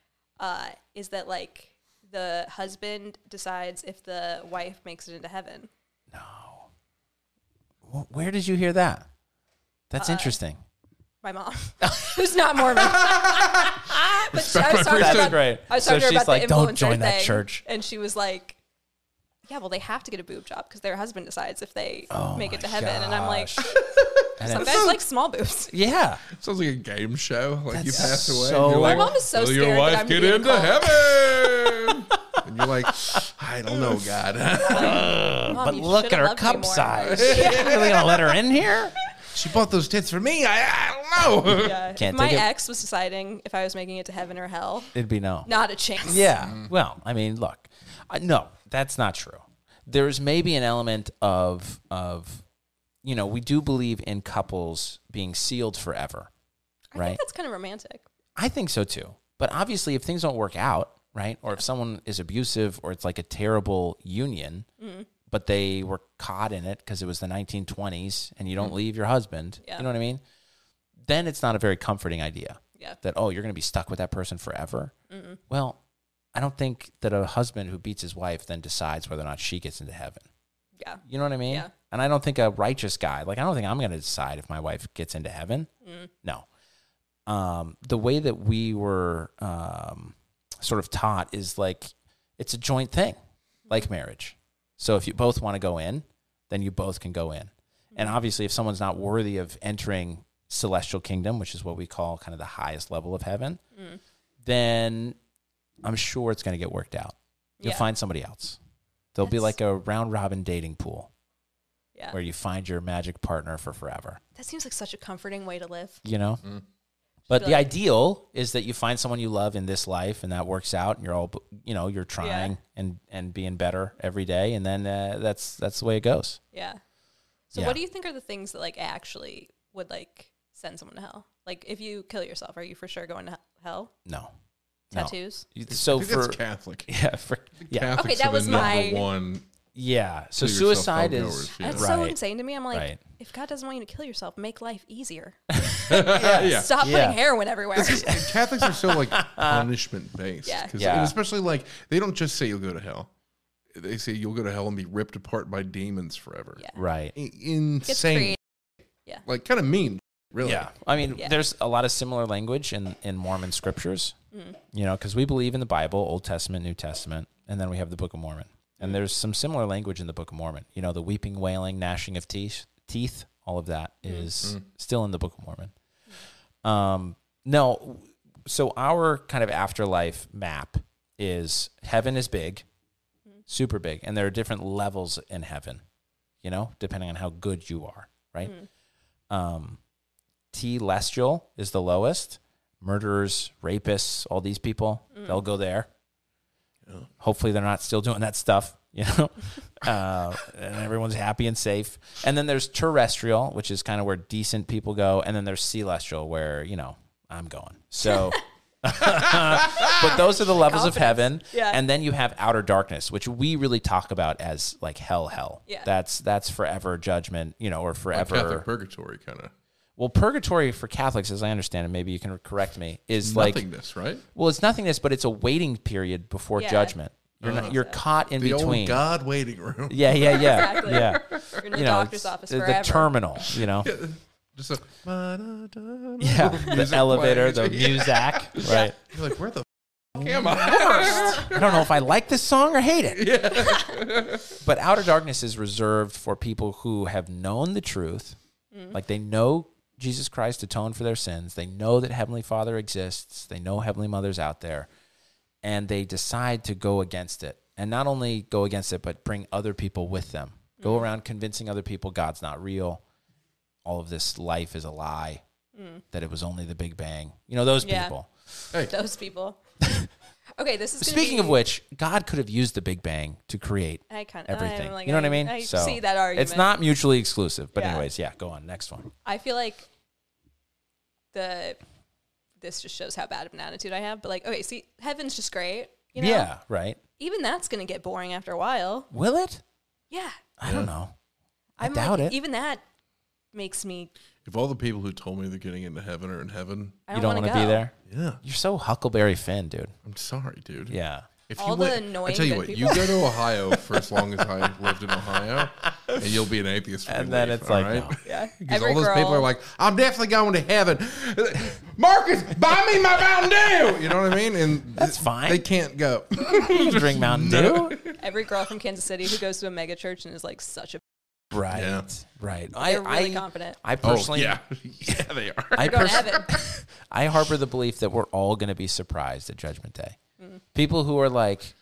uh, is that like the husband decides if the wife makes it into heaven.
Wh- Where did you hear that? That's
Uh,
interesting.
my mom, who's not Mormon. but she, I was talking
priesthood.
about,
Great.
I was
So
talking to her
she's
about
like,
the
"Don't
influencer
join that
thing,"
church.
and she was like, "Yeah, well, they have to get a boob job because their husband decides if they make it to heaven." And I'm like,
Oh Gosh. And
"Some
it's-
guys like small boobs."
yeah.
Sounds like a game show. Like
That's
you pass away.
so-
and you're like,
My mom is so
Will your
scared that
wife
I'm
get
being
into
called."
heaven? and you're like, I don't know, God.
Mom,
But
you
look
shoulda
at her
loved me
cup
more.
size. You're really gonna let her in here?
she bought those tits for me. I, I don't know.
Yeah. If
Can't
my
take it.
ex was deciding if I was making it to heaven or hell.
It'd be no.
Not a chance.
Yeah. Well, I mean, look, I, no, that's not true. There's maybe an element of of you know we do believe in couples being sealed forever,
I
right?
think that's kind of romantic.
I think so too. But obviously, if things don't work out, right, or if someone is abusive, or it's like a terrible union,
Mm-hmm.
but they were caught in it because it was the 1920s, and you don't leave your husband,
Mm-hmm. Yeah.
you know what I mean? Then it's not a very comforting idea
Yeah.
that oh, you're going to be stuck with that person forever. Well, I don't think that a husband who beats his wife then decides whether or not she gets into heaven.
Yeah.
You know what I mean?
Yeah.
And I don't think a righteous guy, like I don't think I'm going to decide if my wife gets into heaven.
Mm.
No. Um, the way that we were um, sort of taught is like it's a joint thing,
Mm-hmm.
like marriage. So if you both want to go in, then you both can go in. And
Mm-hmm.
obviously, if someone's not worthy of entering celestial kingdom, which is what we call kind of the highest level of heaven,
Mm.
then I'm sure it's going to get worked out. You'll
Yeah.
find somebody else. There'll be
That's-
like a round robin dating pool
Yeah.
where you find your magic partner for forever,
That seems like such a comforting way to live.
you know? But
Should
the
be like-
ideal is that you find someone you love in this life and that works out and you're all, you know, you're trying and, and being better every day. And then uh, that's, that's the way it goes.
Yeah. So
Yeah.
what do you think are the things that like actually would like send someone to hell? Like if you kill yourself, are you for sure going to he- hell?
No. No.
Tattoos?
You-
I
So
think
for,
that's Catholic.
yeah, for, yeah,
Catholics
that
are the
was
number
my-
one.
yeah. So
Kill yourself,
suicide
don't go
is,
overseas.
That's
right.
so insane to me. I'm like,
Right.
if God doesn't want you to kill yourself, make life easier.
yeah.
Stop
Yeah.
putting heroin everywhere.
And Catholics are so like punishment based.
Yeah.
Yeah.
especially like they don't just say you'll go to hell. They say you'll go to hell and be ripped apart by demons forever.
Yeah.
Right.
I-
It's
Insane.
creative. Yeah.
Like kind of mean, really.
Yeah. I mean,
Yeah.
there's a lot of similar language in, in Mormon scriptures, you know, because we believe in the Bible, Old Testament, New Testament, and then we have the Book of Mormon. And there's some similar language in the Book of Mormon. You know, the weeping, wailing, gnashing of teeth, teeth all of that is still in the Book of Mormon. Um, no, w- so our kind of afterlife map is heaven is big, super big, and there are different levels in heaven, you know, depending on how good you are, right? Um, telestial is the lowest. Murderers, rapists, all these people, they'll go there. Hopefully, they're not still doing that stuff, you know, uh, and everyone's happy and safe. And then there's terrestrial, which is kind of where decent people go. And then there's celestial, where, you know, I'm going. So, but those are the levels of heaven.
Yeah.
And then you have outer darkness, which we really talk about as like hell, hell.
Yeah.
That's, that's forever judgment, you know, or
Like
forever.
Catholic purgatory kind of
Well, purgatory for Catholics, as I understand it, maybe you can correct me, is like
nothingness, right?
well, it's nothingness, but it's a waiting period before
Yeah.
judgment. You're not, you're caught in
The
between.
old God waiting room.
Yeah, yeah, yeah,
Exactly.
yeah.
You're in the
You know,
doctor's
it's
office
the, the
forever.
terminal. You know,
Just like, "Ba-da-da-da."
yeah, the
Music
elevator,
playing.
the Muzak, right?
You're like, where the f- fuck am I?
worst. I don't know if I like this song or hate it. but Outer Darkness is reserved for people who have known the truth. Like they know Jesus Christ atoned for their sins. They know that Heavenly Father exists. They know Heavenly Mother's out there. And they decide to go against it. And not only go against it, but bring other people with them. Go around convincing other people God's not real. All of this life is a lie. That it was only the Big Bang. You know, those
Yeah.
people.
Those people. okay, this is gonna
Speaking of
be-
which, God could have used the Big Bang to create
I kind of
everything. you know what I mean?
I see that argument.
It's not mutually exclusive. But
Yeah.
anyways, yeah, go on. Next one.
I feel like the this just shows how bad of an attitude I have. But like, okay, see, heaven's just great. You know,
Yeah, right.
even that's gonna get boring after a while.
Will it?
Yeah,
I don't know. I
I'm
doubt
like,
it.
Even that makes me.
If all the people who told me they're getting into heaven are in heaven,
I
you
don't,
don't
want to
be there.
yeah,
You're so Huckleberry Finn, dude.
I'm sorry, dude.
Yeah.
If
All the
I
annoying
tell you
good
what,
people.
you go to Ohio for as long as I lived in Ohio, and you'll be an atheist. when
And
you
then
leave,
it's
all
like,
right?
no.
Yeah,
Because all those people are like, I'm definitely going to heaven. Marcus, buy me my Mountain Dew. You know what I mean? And
That's fine.
They can't go.
You can drink Mountain Dew.
every girl from Kansas City who goes to a mega church and is like such a.
Right.
Yeah.
Right. I,
They're really
I,
confident.
I
oh
personally
yeah, yeah, they are.
I,
Go to
pers-
heaven.
I harbor the belief that we're all going to be surprised at Judgment Day.
Mm.
People who are like,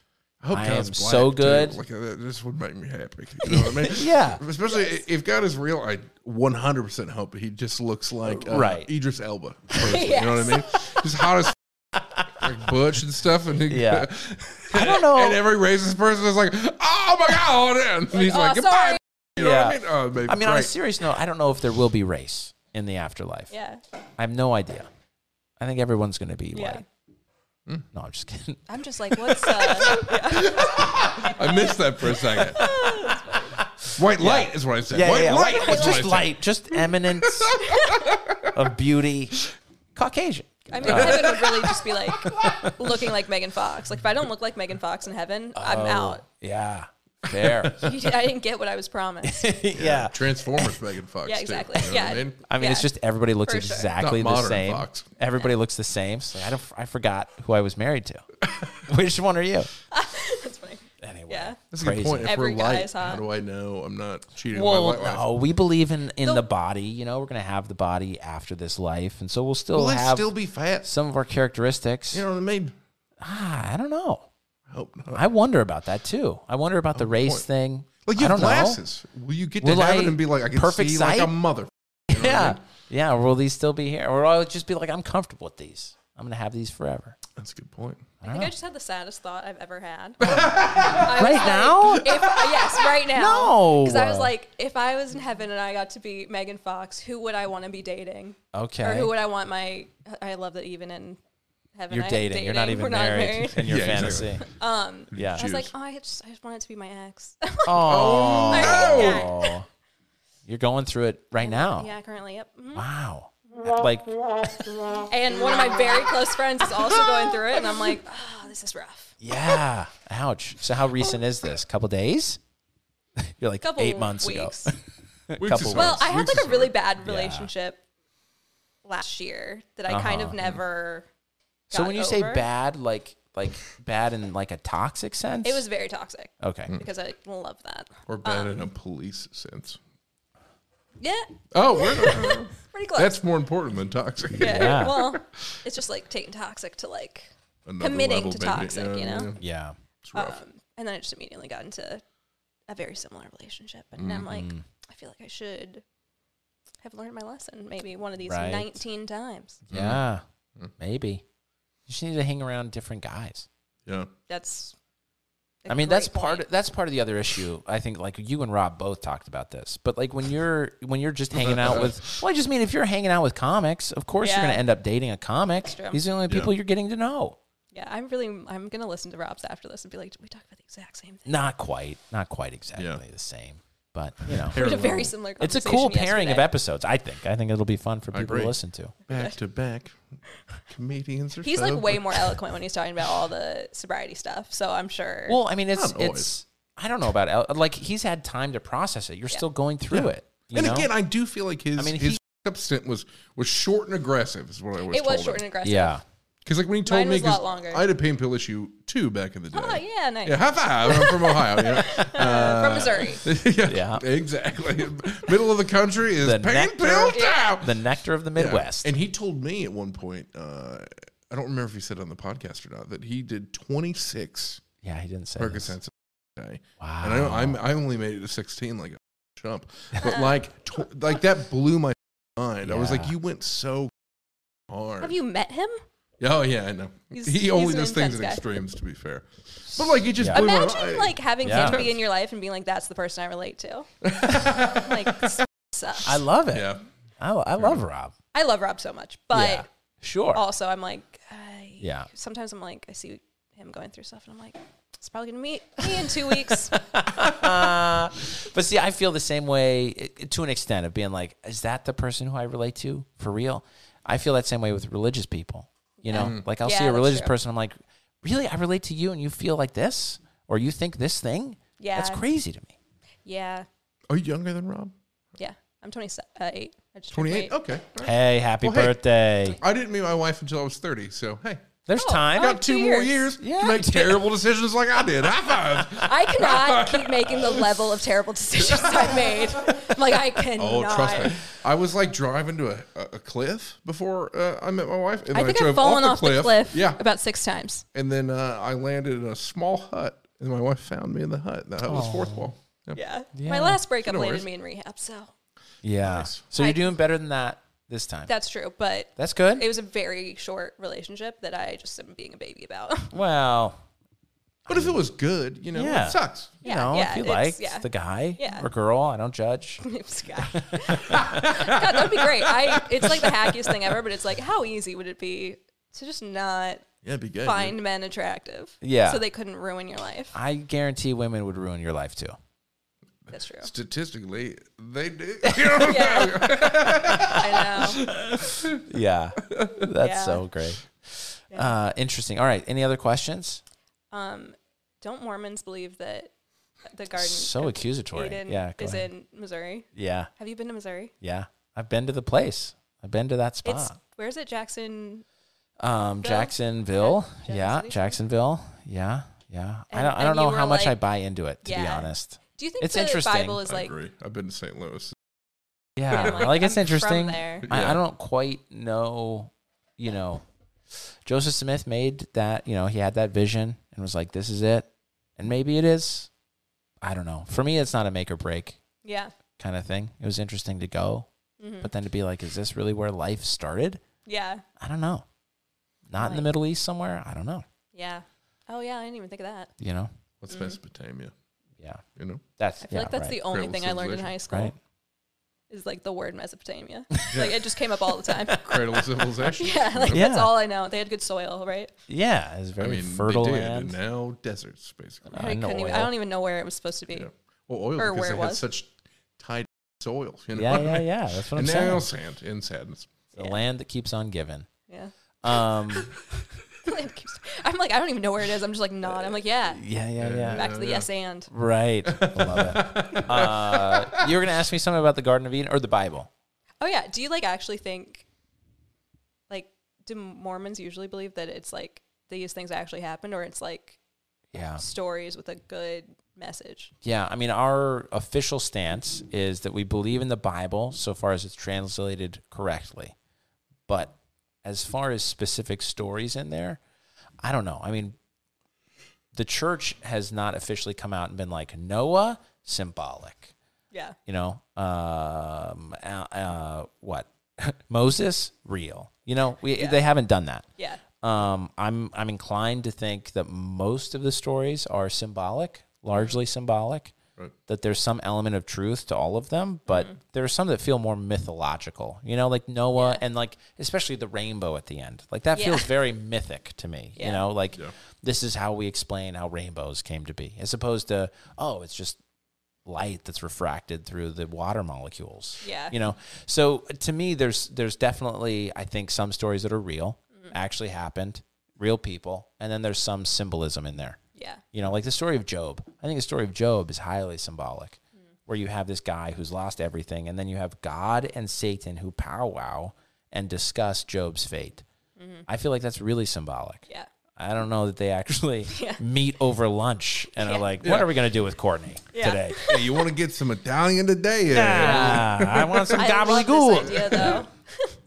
I, hope
I
God's
am
black,
so
too.
good.
Like uh, this would make me happy. You know what I mean?
Yeah.
Especially if God is real, I 100 percent hope he just looks like uh,
Right.
Idris Elba. personally, You know what I mean? Just hot as f- like Butch and stuff. And he,
Yeah. I don't know.
And every racist person is like, "Oh my god!" And he's like,
"Oh,
"Goodbye."
sorry."
You know
Yeah.
what I mean? Oh, it'd be
I mean, on a
great.
serious note, I don't know if there will be race in the afterlife.
Yeah,
I have no idea. I think everyone's going to be
Yeah.
white. No, I'm just kidding.
I'm just like, what's uh,
I missed that for a second. White light is what I said. White light. is what I
Just
said.
light, just eminence of beauty. Caucasian.
I mean, heaven would really just be like looking like Megan Fox. Like if I don't look like Megan Fox in heaven, I'm
Oh.
out.
Yeah. Fair.
I didn't get what I was promised.
yeah.
Transformers Megan Fox.
Yeah,
too,
exactly.
you know what
Yeah.
I mean?
I mean, it's
Yeah.
just everybody looks
For sure.
exactly
Not
the
modern
same.
Fox.
Everybody looks the same. So I, don't, I forgot who I was married to. Which one are you?
That's funny.
Anyway.
Yeah.
That's a good
Crazy.
point. If
Every
we're
guy
light,
is hot.
how do I know I'm not cheating
Well,
on my light wife?
no, we believe in in the,
The-
body. You know, we're gonna have the body after this life, and so we'll still
Will I
have
still be fat?
some of our characteristics.
You know what I mean?
ah, I don't know.
I hope not.
I wonder about that too. I wonder about the race
point.
thing.
Like you
I
have
don't know.
glasses. Will you get to
Will
heaven
I-
and be like, I can
perfect
see
sight?
like a mother?
Yeah, yeah. Will these still be here, or I'll just be like, I'm comfortable with these. I'm gonna have these forever.
That's a good point.
I think I just had the saddest thought I've ever had. I was
Right
like,
now?
If, yes, right now.
No.
Because I was like, if I was in heaven and I got to be Megan Fox, who would I want to be dating? Or
Okay.
who would I want my. I love that even in heaven.
You're
I am
dating. You're not even
We're
married, in your
Yeah,
fantasy.
exactly.
Um,
Yeah.
I was like,
Jews.
oh, I just, I just want it to be my ex.
oh,
I hate that.
you're going through it right now.
Yeah, currently. Yep. Mhm.
Wow. Like
And one of my very close friends is also going through it, and I'm like, oh, this is rough.
Yeah. Ouch. So how recent is this? Couple days? You're like
Couple
eight months
weeks.
ago. Couple
is
Well,
hard.
I had
Weeks
like
is
a really
hard.
bad relationship last year that I kind of never.
Uh-huh. So
got
when you say
over.
bad, like like bad in like a toxic sense?
it was very toxic
Okay.
because I love that.
Or bad in a
um,
police sense.
Yeah,
Oh, we're,
pretty close.
that's more important than toxic.
yeah.
Yeah.
Well, it's just like taking toxic to like,
Another
Committing to
baby.
toxic, you know?
yeah.
Yeah.
It's rough.
um, and then I just immediately got into a very similar relationship, and I'm like,
Mm-hmm.
I feel like I should have learned my lesson maybe one of these
Right.
19 times.
Yeah. Maybe. You just need to hang around different guys.
yeah.
That's. a
I mean that's
great
part
point.
of, that's part of the other issue. I think like you and Rob both talked about this. But like when you're when you're just hanging out with well, I just mean if you're hanging out with comics, of course you're
Yeah.
gonna end up dating a comic.
true.
These are the only people you're getting to know.
Yeah, I'm really. I'm gonna listen to Rob's after this and be like, we talked about the exact same thing.
Not quite. Not quite exactly the same. But you know
We had a very similar.
It's a
conversation
cool pairing of
yesterday.
episodes, I think. I think it'll be fun for people to
agree.
listen to.
Back to back. Comedians are
He's
so
like way more eloquent when he's talking about all the sobriety stuff. So I'm sure.
Well, I mean, it's
Not always.
it's. I don't know about El- like he's had time to process it. You're still going through it. You
and
know?
again, I do feel like his
mean,
his
he-
f***ed up stint was was short and aggressive. Is what I was.
it was
told
short
him.
and aggressive.
yeah,
Because like when he told
Mine
me,
was a lot
'cause
longer.
I had a pain pill issue too back in the day.
Oh yeah, nice.
Yeah, high five. I'm from Ohio. You know?
Uh, from Missouri.
yeah,
Yeah.
exactly. Middle of the country is
The
pain
nectar-
pill
Yeah.
time.
The nectar of the Midwest.
And he told me at one point, uh, I don't remember if he said it on the podcast or not, that he did 26
yeah, he didn't say this.
Percocets a day.
Wow.
And I, know I'm, I only made it to 16 like a chump. But like, tw- like that blew my mind. I was like,
Yeah.
you went so hard.
Have you met him?
Oh, yeah, I know.
He's-
he only
he's an
does things in
intense guy.
extremes, to be fair. But like, it just
Yeah.
blew my
Imagine
mind.
like having
Yeah.
him be in your life and being like, "That's the person I relate to." like, s- sucks.
I
I,
love it.
yeah.
I, I love Rob.
love Rob so much, but
yeah. Sure.
also I'm like, I,
Yeah.
Sometimes I'm like, I see him going through stuff, and I'm like, it's probably gonna meet me in two weeks.
Uh, But see, I feel the same way i- to an extent of being like, is that the person who I relate to for real? I feel that same way with religious people. You know, like I'll
Yeah,
see a
that's
religious
true.
person, I'm like, really? I relate to you and you feel like this? Or you think this thing?
Yeah.
That's crazy to me.
yeah,
Are you younger than Rob?
yeah. I'm 28. Uh, eight. I just turned
28?
eight.
Okay. all right.
Hey, happy
Well, hey.
birthday.
I didn't meet my wife until I was 30, so hey.
There's
Oh,
time.
oh.
Got two
two
more years
years.
to
Yeah.
make terrible decisions like I did. High five.
I cannot keep making the level of terrible decisions I made. Like I cannot.
Oh, trust me. I was like driving to a, a, a cliff before uh, I met my wife, and
I
then
think
I
I've
drove
fallen
off,
off the cliff,
Yeah,
about six times.
and then uh, I landed in a small hut, and my wife found me in the hut. That hut was fourth wall. Yep.
Yeah.
Yeah.
My last breakup
No
landed
worries.
me in rehab, so
Yeah. So you're
I-
doing better than that this time.
that's true. But
That's good.
it was a very short relationship that I just am being a baby about.
well,
But if it was good, you know,
Yeah.
it sucks.
you
Yeah,
know,
yeah,
if you like
it's- yeah.
the guy
Yeah.
or girl, I don't judge.
Oops, God. God, that'd be great. I it's like the hackiest thing ever, but it's like how easy would it be to just not
Yeah, it'd be good.
find men attractive?
Yeah. Ah.
So they couldn't ruin your life.
I guarantee women would ruin your life too.
That's true.
Statistically, they do.
Yeah. I know.
Yeah. That's
Yeah.
so great. Uh, interesting. All right. Any other questions?
Um, don't Mormons believe that the Garden
So
of
accusatory.
Eden
Yeah, go
is
ahead.
in Missouri?
Yeah.
Have you been to Missouri?
Yeah. I've been to the place. I've been to that
It's
spot.
where is it? Jackson.
Um,
Ville?
Jacksonville.
Jack-
yeah.
Jackson City?
Jacksonville. Yeah. Yeah. I
And-
don't, I
and
don't know
you
how
were
much I
like-
buy into it, to be
Yeah.
honest.
Do you think
It's
the
interesting.
Bible is
I
like?
agree. I've been to St. Louis.
Yeah.
I'm
like,
like,
it's
I'm from
interesting.
there.
I,
Yeah.
I don't quite know, you know, Joseph Smith made that, you know, he had that vision and was like, this is it. And maybe it is. I don't know. For me, it's not a make or break.
Yeah.
kind of thing. It was interesting to go, but then to be like, is this really where life started?
Yeah.
I don't know. Not in the
Right.
Middle East somewhere. I don't know.
Yeah. Oh yeah, I didn't even think of that.
You know?
What's
Mm-hmm.
Mesopotamia?
Yeah.
You know,
That's
I feel
yeah,
like that's
right.
the only
Incredible
thing I learned in
civilization.
high school
Right.
is like the word Mesopotamia. like it just came up all the time.
cradle of civilization.
yeah, like that's
Yeah.
all I know. They had good soil, right?
yeah. It's
I
very
mean,
fertile
they did, and
land.
now deserts basically.
Uh,
I,
no
couldn't even,
oil.
I don't even know where it was supposed to be.
Yeah. Well, oil
Or
because
where
they
it
had
was.
such tight soil. You know
Yeah,
what I
yeah,
mean?
yeah. That's what I'm
And now
saying.
sand in sadness. Mm.
The land that keeps on giving.
Yeah.
Um.
It keeps- I'm like, I don't even know where it is. I'm just like, not. I'm like, yeah.
Yeah, yeah, yeah.
Back to the yes and.
Right. I love it. Uh, you were gonna ask me something about the Garden of Eden or the Bible.
Oh yeah. Do you like actually think, like, do Mormons usually believe that it's like these things actually happened, or it's like
Yeah.
stories with a good message?
Yeah, I mean, our official stance is that we believe in the Bible so far as it's translated correctly. But as far as specific stories in there, I don't know. I mean, the church has not officially come out and been like, Noah, symbolic.
Yeah.
You know, um, uh, uh, what? Moses, real. You know, we, they haven't done that.
Yeah.
Um, I'm I'm inclined to think that most of the stories are symbolic, largely symbolic.
Right.
That there's some element of truth to all of them, but
Mm-hmm.
there are some that feel more mythological. You know, like Noah and like especially the rainbow at the end. Like that
Yeah.
feels very mythic to me. You
Yeah.
know, like this is how we explain how rainbows came to be, as opposed to oh, it's just light that's refracted through the water molecules.
Yeah.
You know. So to me there's there's definitely I think some stories that are real,
Mm-hmm.
actually happened, real people, and then there's some symbolism in there.
Yeah.
You know, like the story of Job. I think the story of Job is highly symbolic.
Mm.
Where you have this guy who's lost everything and then you have God and Satan who powwow and discuss Job's fate. I feel like that's really symbolic.
Mm-hmm. Yeah.
I don't know that they actually
Yeah.
meet over lunch and are
Yeah.
like, what are we going to do with Courtney
Yeah.
today?
Hey, you want to get some Italian today? Yeah.
Ah, I want some
I love
gobbledygook.
this idea though.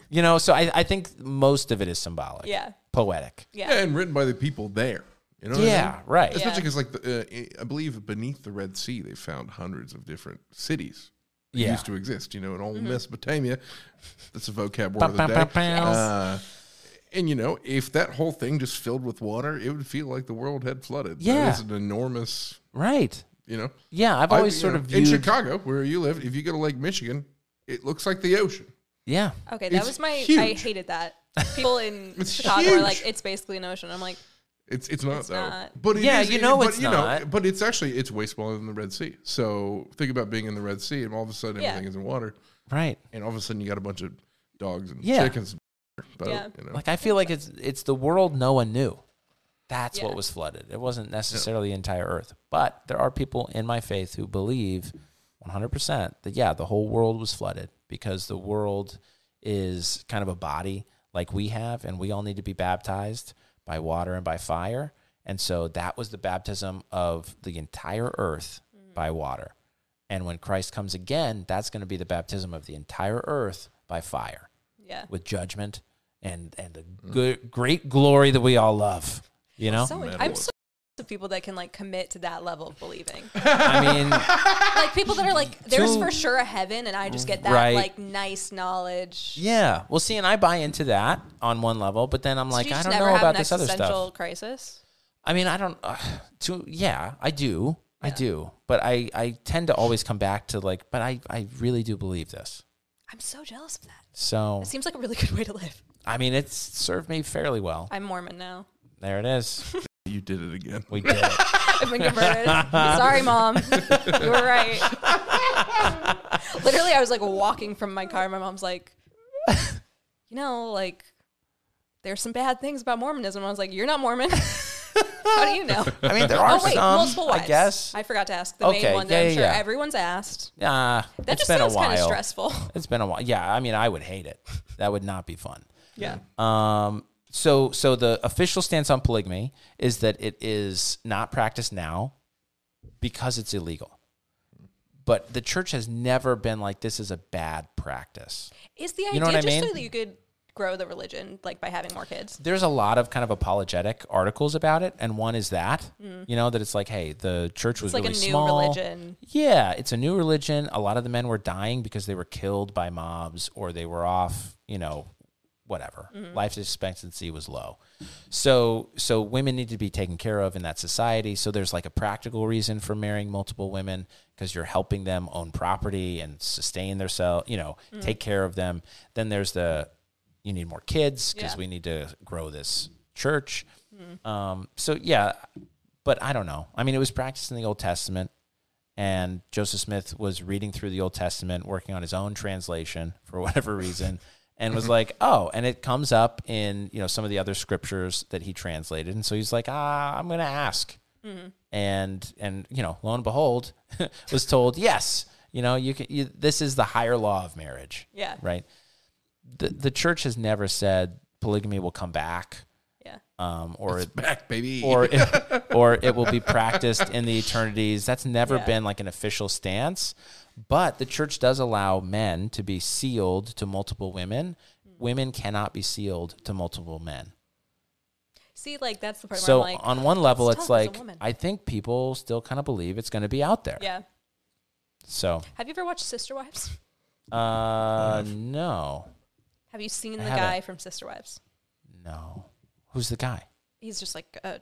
You know, so I, I think most of it is symbolic.
Yeah.
Poetic.
Yeah.
Yeah, and written by the people there. You know what I
Yeah,
mean?
right.
Yeah.
Especially because, like, the, uh, I believe beneath the Red Sea, they found hundreds of different cities that
Yeah.
used to exist. You know, in old
Mm-hmm.
Mesopotamia, that's a vocab word
Pow,
of
pow,
the
pow,
day.
pow.
Uh, and you know, if that whole thing just filled with water, it would feel like the world had flooded.
Yeah.
it's an enormous.
Right.
You know,
Yeah, I've
I-
always
you
sort
know,
of
in
viewed.
Chicago, where you live, if you go to Lake Michigan, it looks like the ocean.
yeah.
Okay, that
It's
was my I
huge.
hated that. People in
It's
Chicago are
huge.
like, it's basically an ocean. I'm like,
It's it's not
It's
though.
not.
But it
Yeah,
is-
you know
but,
it's not.
but it's actually it's way smaller than the Red Sea. So think about being in the Red Sea and all of a sudden
Yeah.
everything is in water,
Right.
and all of a sudden you got a bunch of dogs and
Yeah.
chickens. But,
Yeah.
you know,
Like I feel like it's it's the world no one knew. That's
Yeah.
what was flooded. It wasn't necessarily the entire earth. But there are people in my faith who believe 100% that yeah, the whole world was flooded because the world is kind of a body like we have and we all need to be baptized by water and by fire. And so that was the baptism of the entire earth by water. And when Christ comes again, that's going to be the baptism of the entire earth by fire
yeah.
with judgment and and the good, great glory that we all love. You know,
So I'm so of people that can like commit to that level of believing.
I mean,
like people that are like, there's
Two-
for sure a heaven, and I just get that
Right.
like nice knowledge.
yeah. Well, see, and I buy into that on one level, but then I'm
Did
like,
you
I
just
don't
never
know
have
about
an
this other
existential
stuff.
crisis.
I mean, I don't. Uh, to yeah, I do, I do, but I I tend to always come back to like, but I I really do believe this.
I'm so jealous of that.
So
It seems like a really good way to live.
I mean, it's served me fairly well.
I'm Mormon now.
There it is.
you did it again.
We did it.
I've been converted. Sorry, mom. You were right. Literally, I was like walking from my car. My mom's like, you know, like there's some bad things about Mormonism. I was like, you're not Mormon. How do you know?
I mean, there are
oh wait,
some.
multiple wives.
I guess.
I forgot to ask the
Okay,
main one
yeah,
that I'm
yeah,
sure
yeah.
everyone's asked.
Uh,
That
it's
just
been a
sounds kind of
while.
stressful.
It's been a while. Yeah, I mean, I would hate it. That would not be fun.
Yeah.
Um, so, so the official stance on polygamy is that it is not practiced now because it's illegal. But the church has never been like this is a bad practice.
Is the idea
You know what I
just so
mean?
that you could grow the religion like by having more kids?
There's a lot of kind of apologetic articles about it, and one is that you know that it's like, hey, the church was
Mm. It's like
really
a new
small.
religion.
Yeah, it's a new religion. A lot of the men were dying because they were killed by mobs or they were off, you know, whatever.
Mm-hmm.
Life expectancy was low. So so women need to be taken care of in that society. So there's like a practical reason for marrying multiple women because you're helping them own property and sustain their self, you know,
Mm.
take care of them. Then there's the you need more kids because
Yeah.
we need to grow this church. Um, so yeah, but I don't know. I mean, it was practiced in the Old Testament and Joseph Smith was reading through the Old Testament, working on his own translation for whatever reason, and was like, "Oh!" And it comes up in you know some of the other scriptures that he translated, and so he's like, "Ah, I'm going to ask," and and you know, lo and behold, was told, "Yes, you know, you can. You, this is the higher law of marriage."
Yeah.
right. The the church has never said polygamy will come back,
Yeah.
um, or
Back, baby.
or it, or it will be practiced in the eternities. That's never
Yeah.
been like an official stance, but the church does allow men to be sealed to multiple women.
Mm.
Women cannot be sealed to multiple men.
See, like that's the part
So
where I'm like,
on one level,
it's
it's
tough as a
like
woman.
I think people still kind of believe it's going to be out there.
yeah.
So
Have you ever watched Sister Wives?
uh, no,
Have you seen
I
the
haven't.
guy from Sister Wives?
no. Who's the guy?
He's just like a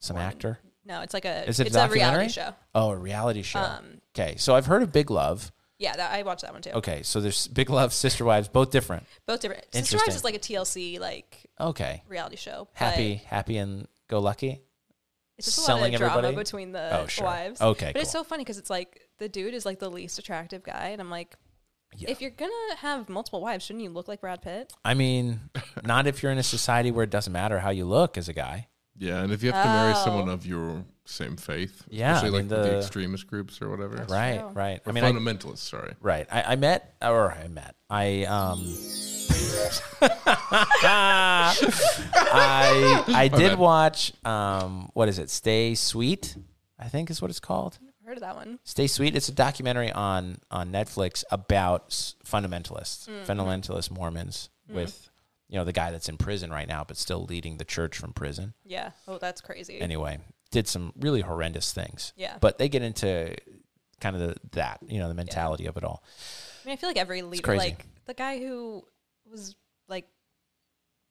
Some
Mormon.
actor?
no. It's like a
Is it
it's
a
a
documentary
reality show.
Oh, a reality show.
Um,
okay, so I've heard of Big Love.
Yeah, that, I watched that one too.
Okay, so there's Big Love, Sister Wives, both different.
Both different. Sister Wives is
Interesting.
like a TLC like
Okay,
reality show. but
happy, happy and go lucky.
It's just a
selling
lot of drama
everybody?
between the
Oh, sure.
wives.
Okay,
but it's
cool.
so funny because it's like the dude is like the least attractive guy, and I'm like,
Yeah.
if you're gonna have multiple wives, shouldn't you look like Brad Pitt?
I mean, not if you're in a society where it doesn't matter how you look as a guy.
yeah, and if you have to marry
Oh.
someone of your same faith,
Yeah, I
especially
mean,
like the,
the-
extremist groups or whatever,
Right,
true.
right. I
Or
mean, I,
fundamentalists. sorry,
right. I, I met, or I met, I um,
balls.
I I did watch um what is it? Stay Sweet, I think is what it's called.
Heard of that one?
Stay Sweet. It's a documentary on on Netflix about s- fundamentalists,
Mm.
fundamentalist Mormons with you know the guy that's in prison right now but still leading the church from prison.
Yeah. Oh, that's crazy.
Anyway, did some really horrendous things.
Yeah.
But they get into kind of the, that, you know, the mentality of it all.
I mean, I feel like every leader,
crazy.
like the guy who was like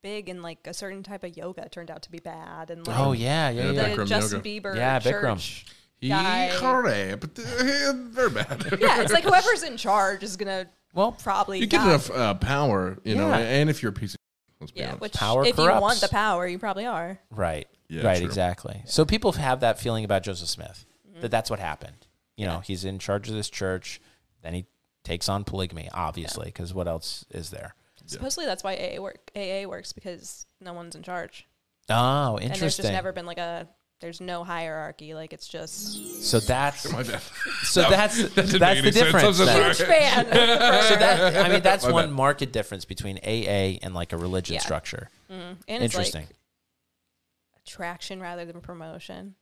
big in like a certain type of yoga, turned out to be bad, and like
Oh yeah, yeah,
Yeah,
yeah.
Bikram
the Justin
yoga.
Bieber,
Yeah, Bikram.
church. Guy.
Correct. They're uh, bad.
Yeah, it's like whoever's in charge is gonna
Well,
probably
You get
not-
enough uh, power, you know,
Yeah.
and if you're a piece of let's be
Yeah,
honest.
which
Power
if you
corrupts.
want the power, you probably are.
Right.
Yeah,
right.
true.
Exactly. So people have that feeling about Joseph Smith
Mm-hmm.
that
Mm.
that's what happened. You know, he's in charge of this church. Then he takes on polygamy, obviously, because what else is there?
Supposedly that's why AA work AA works because no one's in charge,
Oh,
and there's
interesting.
just never been like a there's no hierarchy. Like it's just
so that's
my bad.
so that's
didn't
that's
make
the
any sense. I'm
difference.
so
then.
sorry.
huge fan.
So that I mean, that's
My
one
bad.
market difference between AA and like a religion
Yeah.
structure.
Mm-hmm. and it's
Interesting.
like attraction rather than promotion.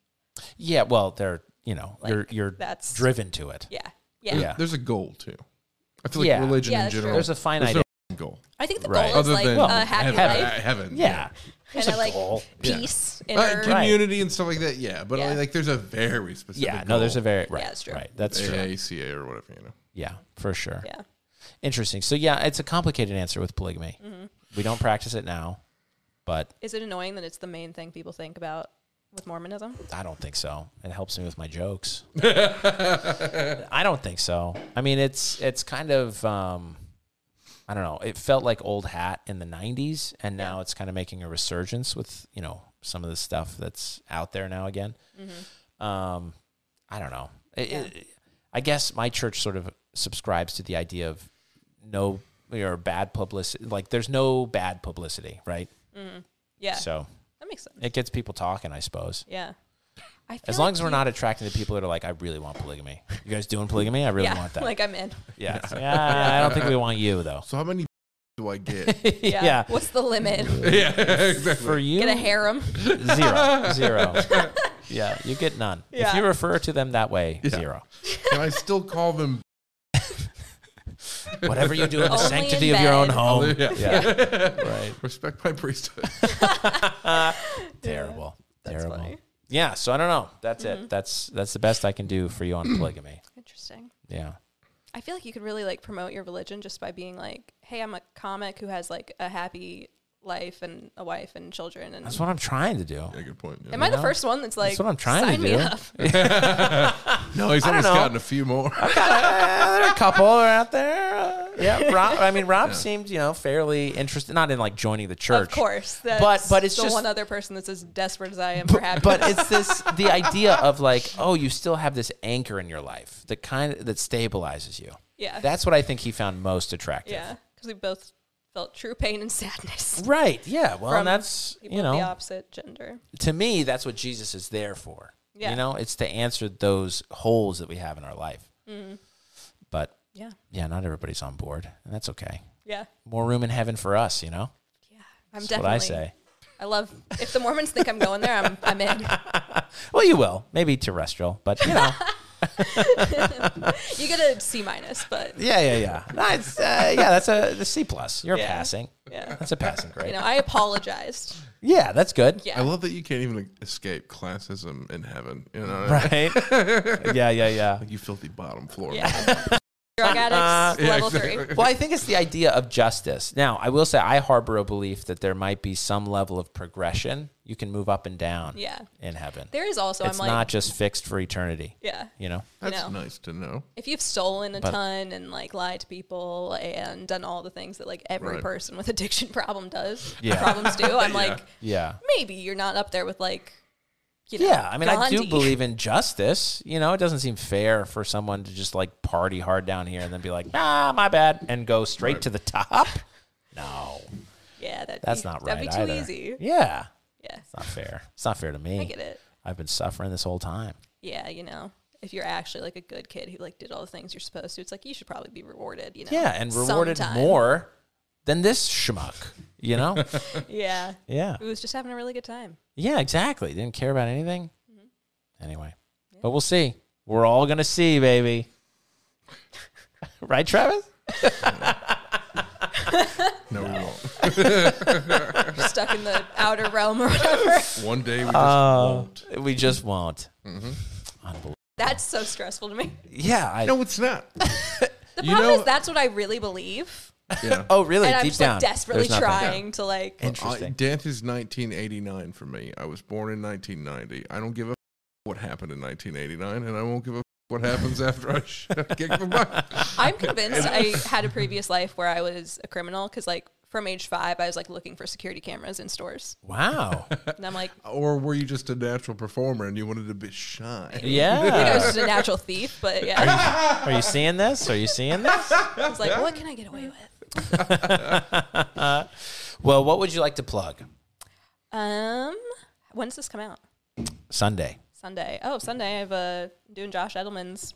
yeah. Well, they're you know you're
Like,
you're
that's-
driven to it.
Yeah, yeah.
There's,
Yeah.
there's a goal too. I feel like
Yeah.
religion
Yeah,
in
that's true.
general.
There's a
there's
finite.
no goal
I think the
Right.
goal is
other
like
than
a happy
heaven,
life
uh, heaven.
yeah. There's
and a,
a
like
goal.
Yeah.
peace.
Uh,
Inner,
Right.
community and stuff like that. Yeah, but
Yeah.
only, like there's a very specific.
Yeah. No, there's a
goal.
very right.
that's true.
Right. That's true.
AACA or whatever you know.
Yeah, for sure.
Yeah,
Interesting. So yeah, it's a complicated answer with polygamy. We don't practice it now, but
is it annoying that it's the main thing people think about with Mormonism?
I don't think so. It helps me with my jokes. I don't think so. I mean, it's it's kind of um, I don't know. It felt like old hat in the '90s, and now it's kind of making a resurgence with you know some of the stuff that's out there now again. Um, I don't know. It- it- I guess my church sort of subscribes to the idea of no or bad publicity. Like, there's no bad publicity, right?
Mm-hmm. Yeah,
So
that makes sense.
it gets people talking, I suppose.
yeah, I feel
As long as we're not attracting the people that are like, I really want polygamy. You guys doing polygamy? I really
yeah,
want that.
like I'm in.
yeah. It's like, "Ah, I don't think we want you though.
So how many do I get?
Yeah.
yeah.
What's the limit?
yeah, exactly.
For you,
Get a harem.
zero. Zero. yeah. You get none. If
Yeah.
you refer to them that way,
Yeah.
zero.
Can I still call them?
Whatever you do in the
Only in
sanctity of your own
bed.
home.
Yeah.
Right.
Respect my priesthood.
Terrible. Terrible.
funny. Mm-hmm.
Yeah. So I don't know. That's it. That's that's the best I can do for you on polygamy.
Interesting.
Yeah.
I feel like you could really like promote your religion just by being like, "Hey, I'm a comic who has like a happy life and a wife and children." And
That's what I'm trying to do.
Yeah, good point. yeah.
am I the
know?
first one that's like,
what I'm trying to
"Sign me
do."
up"?
No, he's
I don't
almost
know.
gotten a few more.
Uh, there are a couple out there. Uh, yeah, Rob. I mean, Rob seemed you know fairly interested, not in like joining the church,
Of course, that's
But- but it's
the
just-
one other person that's as desperate as I am for happiness.
but it's this the idea of like, oh, you still have this anchor in your life, the kind that stabilizes you.
yeah,
That's what I think he found most attractive.
yeah, because we both felt true pain and sadness.
Right. Yeah. Well,
From
and that's
People
you
of the
know,
opposite gender.
to me, that's what Jesus is there for.
Yeah.
You know, it's to answer those holes that we have in our life.
Mm-hmm.
But
Yeah,
yeah, not everybody's on board, and that's okay.
yeah,
More room in heaven for us, you know.
yeah. I'm
That's
definitely.
what I say.
I love if the Mormons think I'm going there, I'm I'm in.
Well, you will. Maybe terrestrial, but you know.
You get a C minus, but
yeah, yeah, yeah. No, it's, uh, yeah, that's a the C plus. You're
Yeah.
passing.
yeah,
That's a passing grade.
you know, I apologized.
yeah, that's good.
Yeah,
I love that you can't even escape classism in heaven. You know, what I mean?
Right. yeah, yeah, yeah.
you filthy bottom floor.
yeah. Drug addicts, level three.
Well, I think it's the idea of justice. Now, I will say I harbor a belief that there might be some level of progression. You can move up and down.
Yeah.
In heaven,
There is also.
it's
I'm like,
not just fixed for eternity.
yeah.
You know.
That's
No.
nice to know.
If you've stolen a
But-
ton and like lied to people and done all the things that like every
Right.
person with addiction problem does,
Yeah.
problems do, I'm like,
Yeah.
maybe you're not up there with like, you know,
Yeah, I mean, I do
Gandhi.
believe in justice. You know, it doesn't seem fair for someone to just like party hard down here and then be like, ah, my bad, and go straight to the top. No,
Yeah, that'd
that's
be,
not right.
That'd be too
either.
easy.
Yeah,
Yeah,
it's not fair. It's not fair to me.
I get it.
I've been suffering this whole time.
Yeah, you know, if you're actually like a good kid who like did all the things you're supposed to, it's like you should probably be rewarded. You know,
Yeah, and rewarded
sometime.
more than this schmuck, you know?
Yeah.
yeah.
It was just having a really good time.
Yeah, exactly. Didn't care about anything.
Mm-hmm.
Anyway, but we'll see. We're all going to see, baby. right, Travis?
No, we won't.
Stuck in the outer realm or whatever.
One day we just
Uh,
won't.
We just won't. Unbelievable.
That's so stressful to me.
Mm-hmm. Yeah. I,
No, it's not.
The
You
problem
know-
is that's what I really believe.
yeah.
oh, really?
And I'm
Deep
just
down.
like desperately
there's nothing.
trying to like
Uh, I,
Interesting.
death is 1989 for me. I was born in 1990. I don't give a f- what happened in 1989, and I won't give a f- what happens after I sh- kick the bucket.
I'm convinced I had a previous life where I was a criminal because like from age five I was like looking for security cameras in stores.
wow.
And I'm like,
Or were you just a natural performer and you wanted to be shy?
I think I was
Yeah.
just a natural thief, but yeah.
Are you seeing this? Are you seeing this?
I was like, what can I get away with?
Well, what would you like to plug?
Um when does this come out?
Sunday.
Sunday. Oh, Sunday I have a doing Josh Edelman's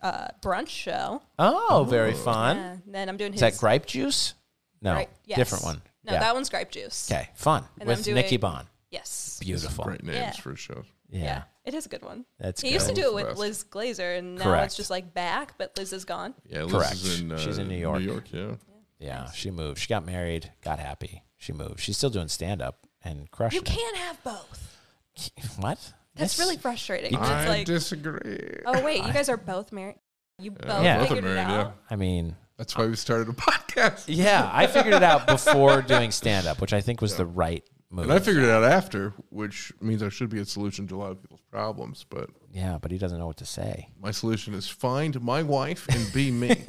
uh, brunch show.
Oh, very fun.
Yeah, and then I'm doing
Is
his
that gripe juice? No,
right- yes.
different one.
No, that one's gripe juice.
Okay, fun
And
with
I'm doing-
Nikki Bond.
Yes.
Beautiful.
Great names
Yeah.
for shows.
Yeah.
Yeah. It is a good one.
That's
he used to
good.
do it with
Best.
Liz Glazer, and now
Correct.
it's just like back, but Liz is gone.
Yeah, Liz
Correct.
is in, uh,
She's in New York.
New York, yeah.
Yeah. She moved. She got married. Got happy. She moved. She's still doing stand up and crushing.
You can't have both.
it. What?
That's
Yes.
really frustrating.
You
It's
I
like,
disagree.
oh wait, you guys are both married. You both
Yeah.
Both are
figured it
married,
out.
I mean,
That's why we started a podcast.
yeah. I figured it out before doing stand up, which I think was the right move.
And I figured it out after, which means I should be a solution to a lot of people's problems. But
yeah, but he doesn't know what to say.
my solution is find my wife and be me.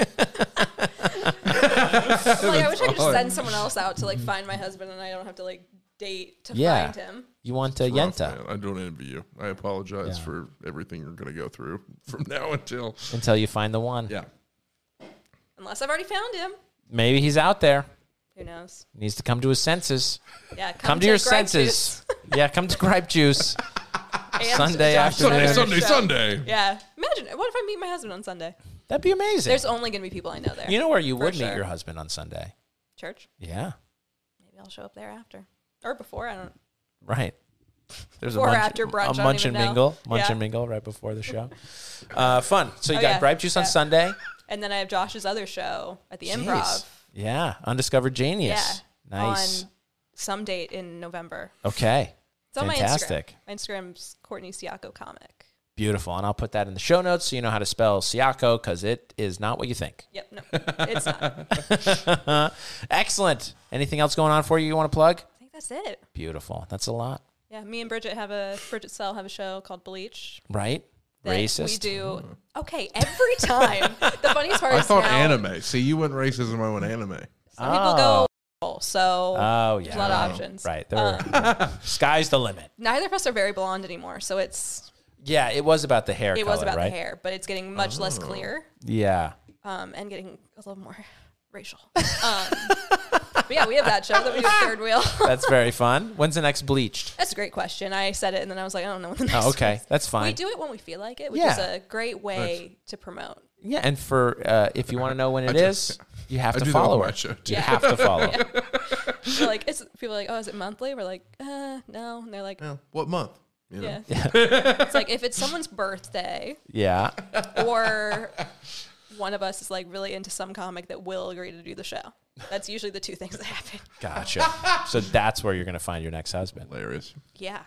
I'm like, I wish I could just send someone else out to like find my husband, and I don't have to like date to
Yeah.
find him.
You want to
rough,
Yenta
man. I don't envy you. I apologize
Yeah.
for everything you're going to go through from now until.
until you find the one.
Yeah.
Unless I've already found him.
Maybe he's out there.
Who knows?
Needs to come to his senses.
Yeah,
Come, to your
take grape
senses. yeah, come to gripe juice.
juice and
Sunday
Josh
afternoon.
Sunday,
Edelman's
Sunday,
show.
Sunday.
Yeah. Imagine what if I meet my husband on Sunday?
That'd be amazing.
There's only gonna be people I know there.
you know where you
for
would meet
sure.
your husband on Sunday.
church.
Yeah.
Maybe I'll show up there after or before. I don't.
Right. There's
Before or after brunch, I
a
don't
munch
even
and
know.
mingle, munch
Yeah.
and mingle right before the show. Uh, fun. So you
Oh,
got
yeah.
gripe juice on
Yeah.
Sunday.
And then I have Josh's other show at the
Jeez.
Improv.
Yeah, undiscovered
Yeah.
genius. Nice.
On some date in November.
okay.
It's on
Fantastic.
my Instagram. My Instagram's Courtney Siako comic.
Beautiful. And I'll put that in the show notes so you know how to spell Siako because it is not what you think.
Yep. No, it's not. I
Excellent. Anything else going on for you you want to plug?
think that's it.
Beautiful. That's a lot,
Yeah. Me and Bridget have a Bridget Sell have a show called Bleach.
right?
that
Racist.
We do. Okay. Every time. the funniest part
I
is
thought
now
anime. See, you went racism. I went anime.
Some people go. So
Oh, yeah.
there's a lot of options.
Right. There were- sky's the limit.
Neither of us are very blonde anymore, so it's
Yeah, it was about the hair.
it was
color,
about
right? Oh.
the hair, but it's getting much less clear.
Yeah.
um, and getting a little more racial. Um, but yeah, we have that show that we do at Third Wheel.
That's very fun. When's the next bleached?
That's a great question. I said it, and then I was like, I don't know when the next
Oh, okay.
one's.
That's fine.
We do it when we feel like it, which is
Yeah.
a great way to promote.
Yeah, and for uh, if you want to know when it
do-
is, you have
I
to
do that with
follow
my
her.
show, too.
You have to follow.
We're like it's people are like, oh, is it monthly? We're like, uh, no. And they're like,
Yeah. What month? You know?
yeah. it's like if it's someone's birthday
Yeah.
or one of us is like really into some comic that will agree to do the show. That's usually the two things that happen.
Gotcha. So that's where you're going to find your next husband
Hilarious.
Yeah.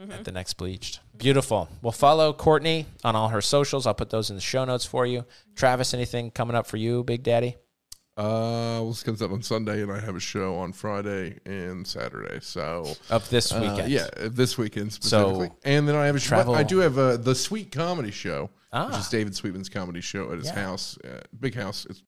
Mm-hmm.
at the next bleached. Beautiful. Well, follow Courtney on all her socials. I'll put those in the show notes for you. Travis, anything coming up for you, Big Daddy?
Uh, well, this comes up on Sunday, and I have a show on Friday and Saturday. So
Up this
uh,
weekend.
yeah, this weekend specifically. and then I have a travel.
travel-
I do have uh, the Sweet Comedy Show,
Ah.
which is David Sweetman's comedy show at his
Yeah.
house, uh, big house. It's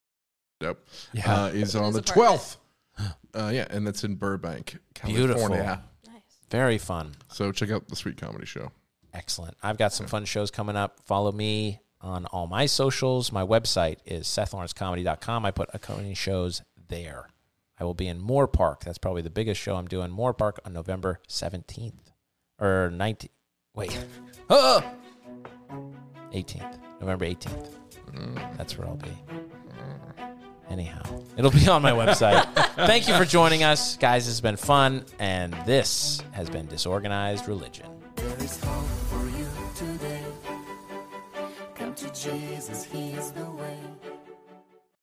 dope.
Yeah.
Uh, is on
his
the
apartment.
twelfth. Uh, yeah, and that's in Burbank, California.
Beautiful. Very fun.
So check out the Sweet Comedy Show.
Excellent. I've got some fun shows coming up. Follow me on all my socials. My website is sethlawrencecomedy.com. I put accompanying shows there. I will be in Moore Park. That's probably the biggest show I'm doing. Moore Park on November 17th or 19th. Wait. Oh! 18th. November 18th. That's where I'll be. Anyhow, it'll be on my website. Thank you for joining us, guys. It's been fun, and this has been Disorganized Religion.
There is hope for you today. Come to Jesus, He is the way.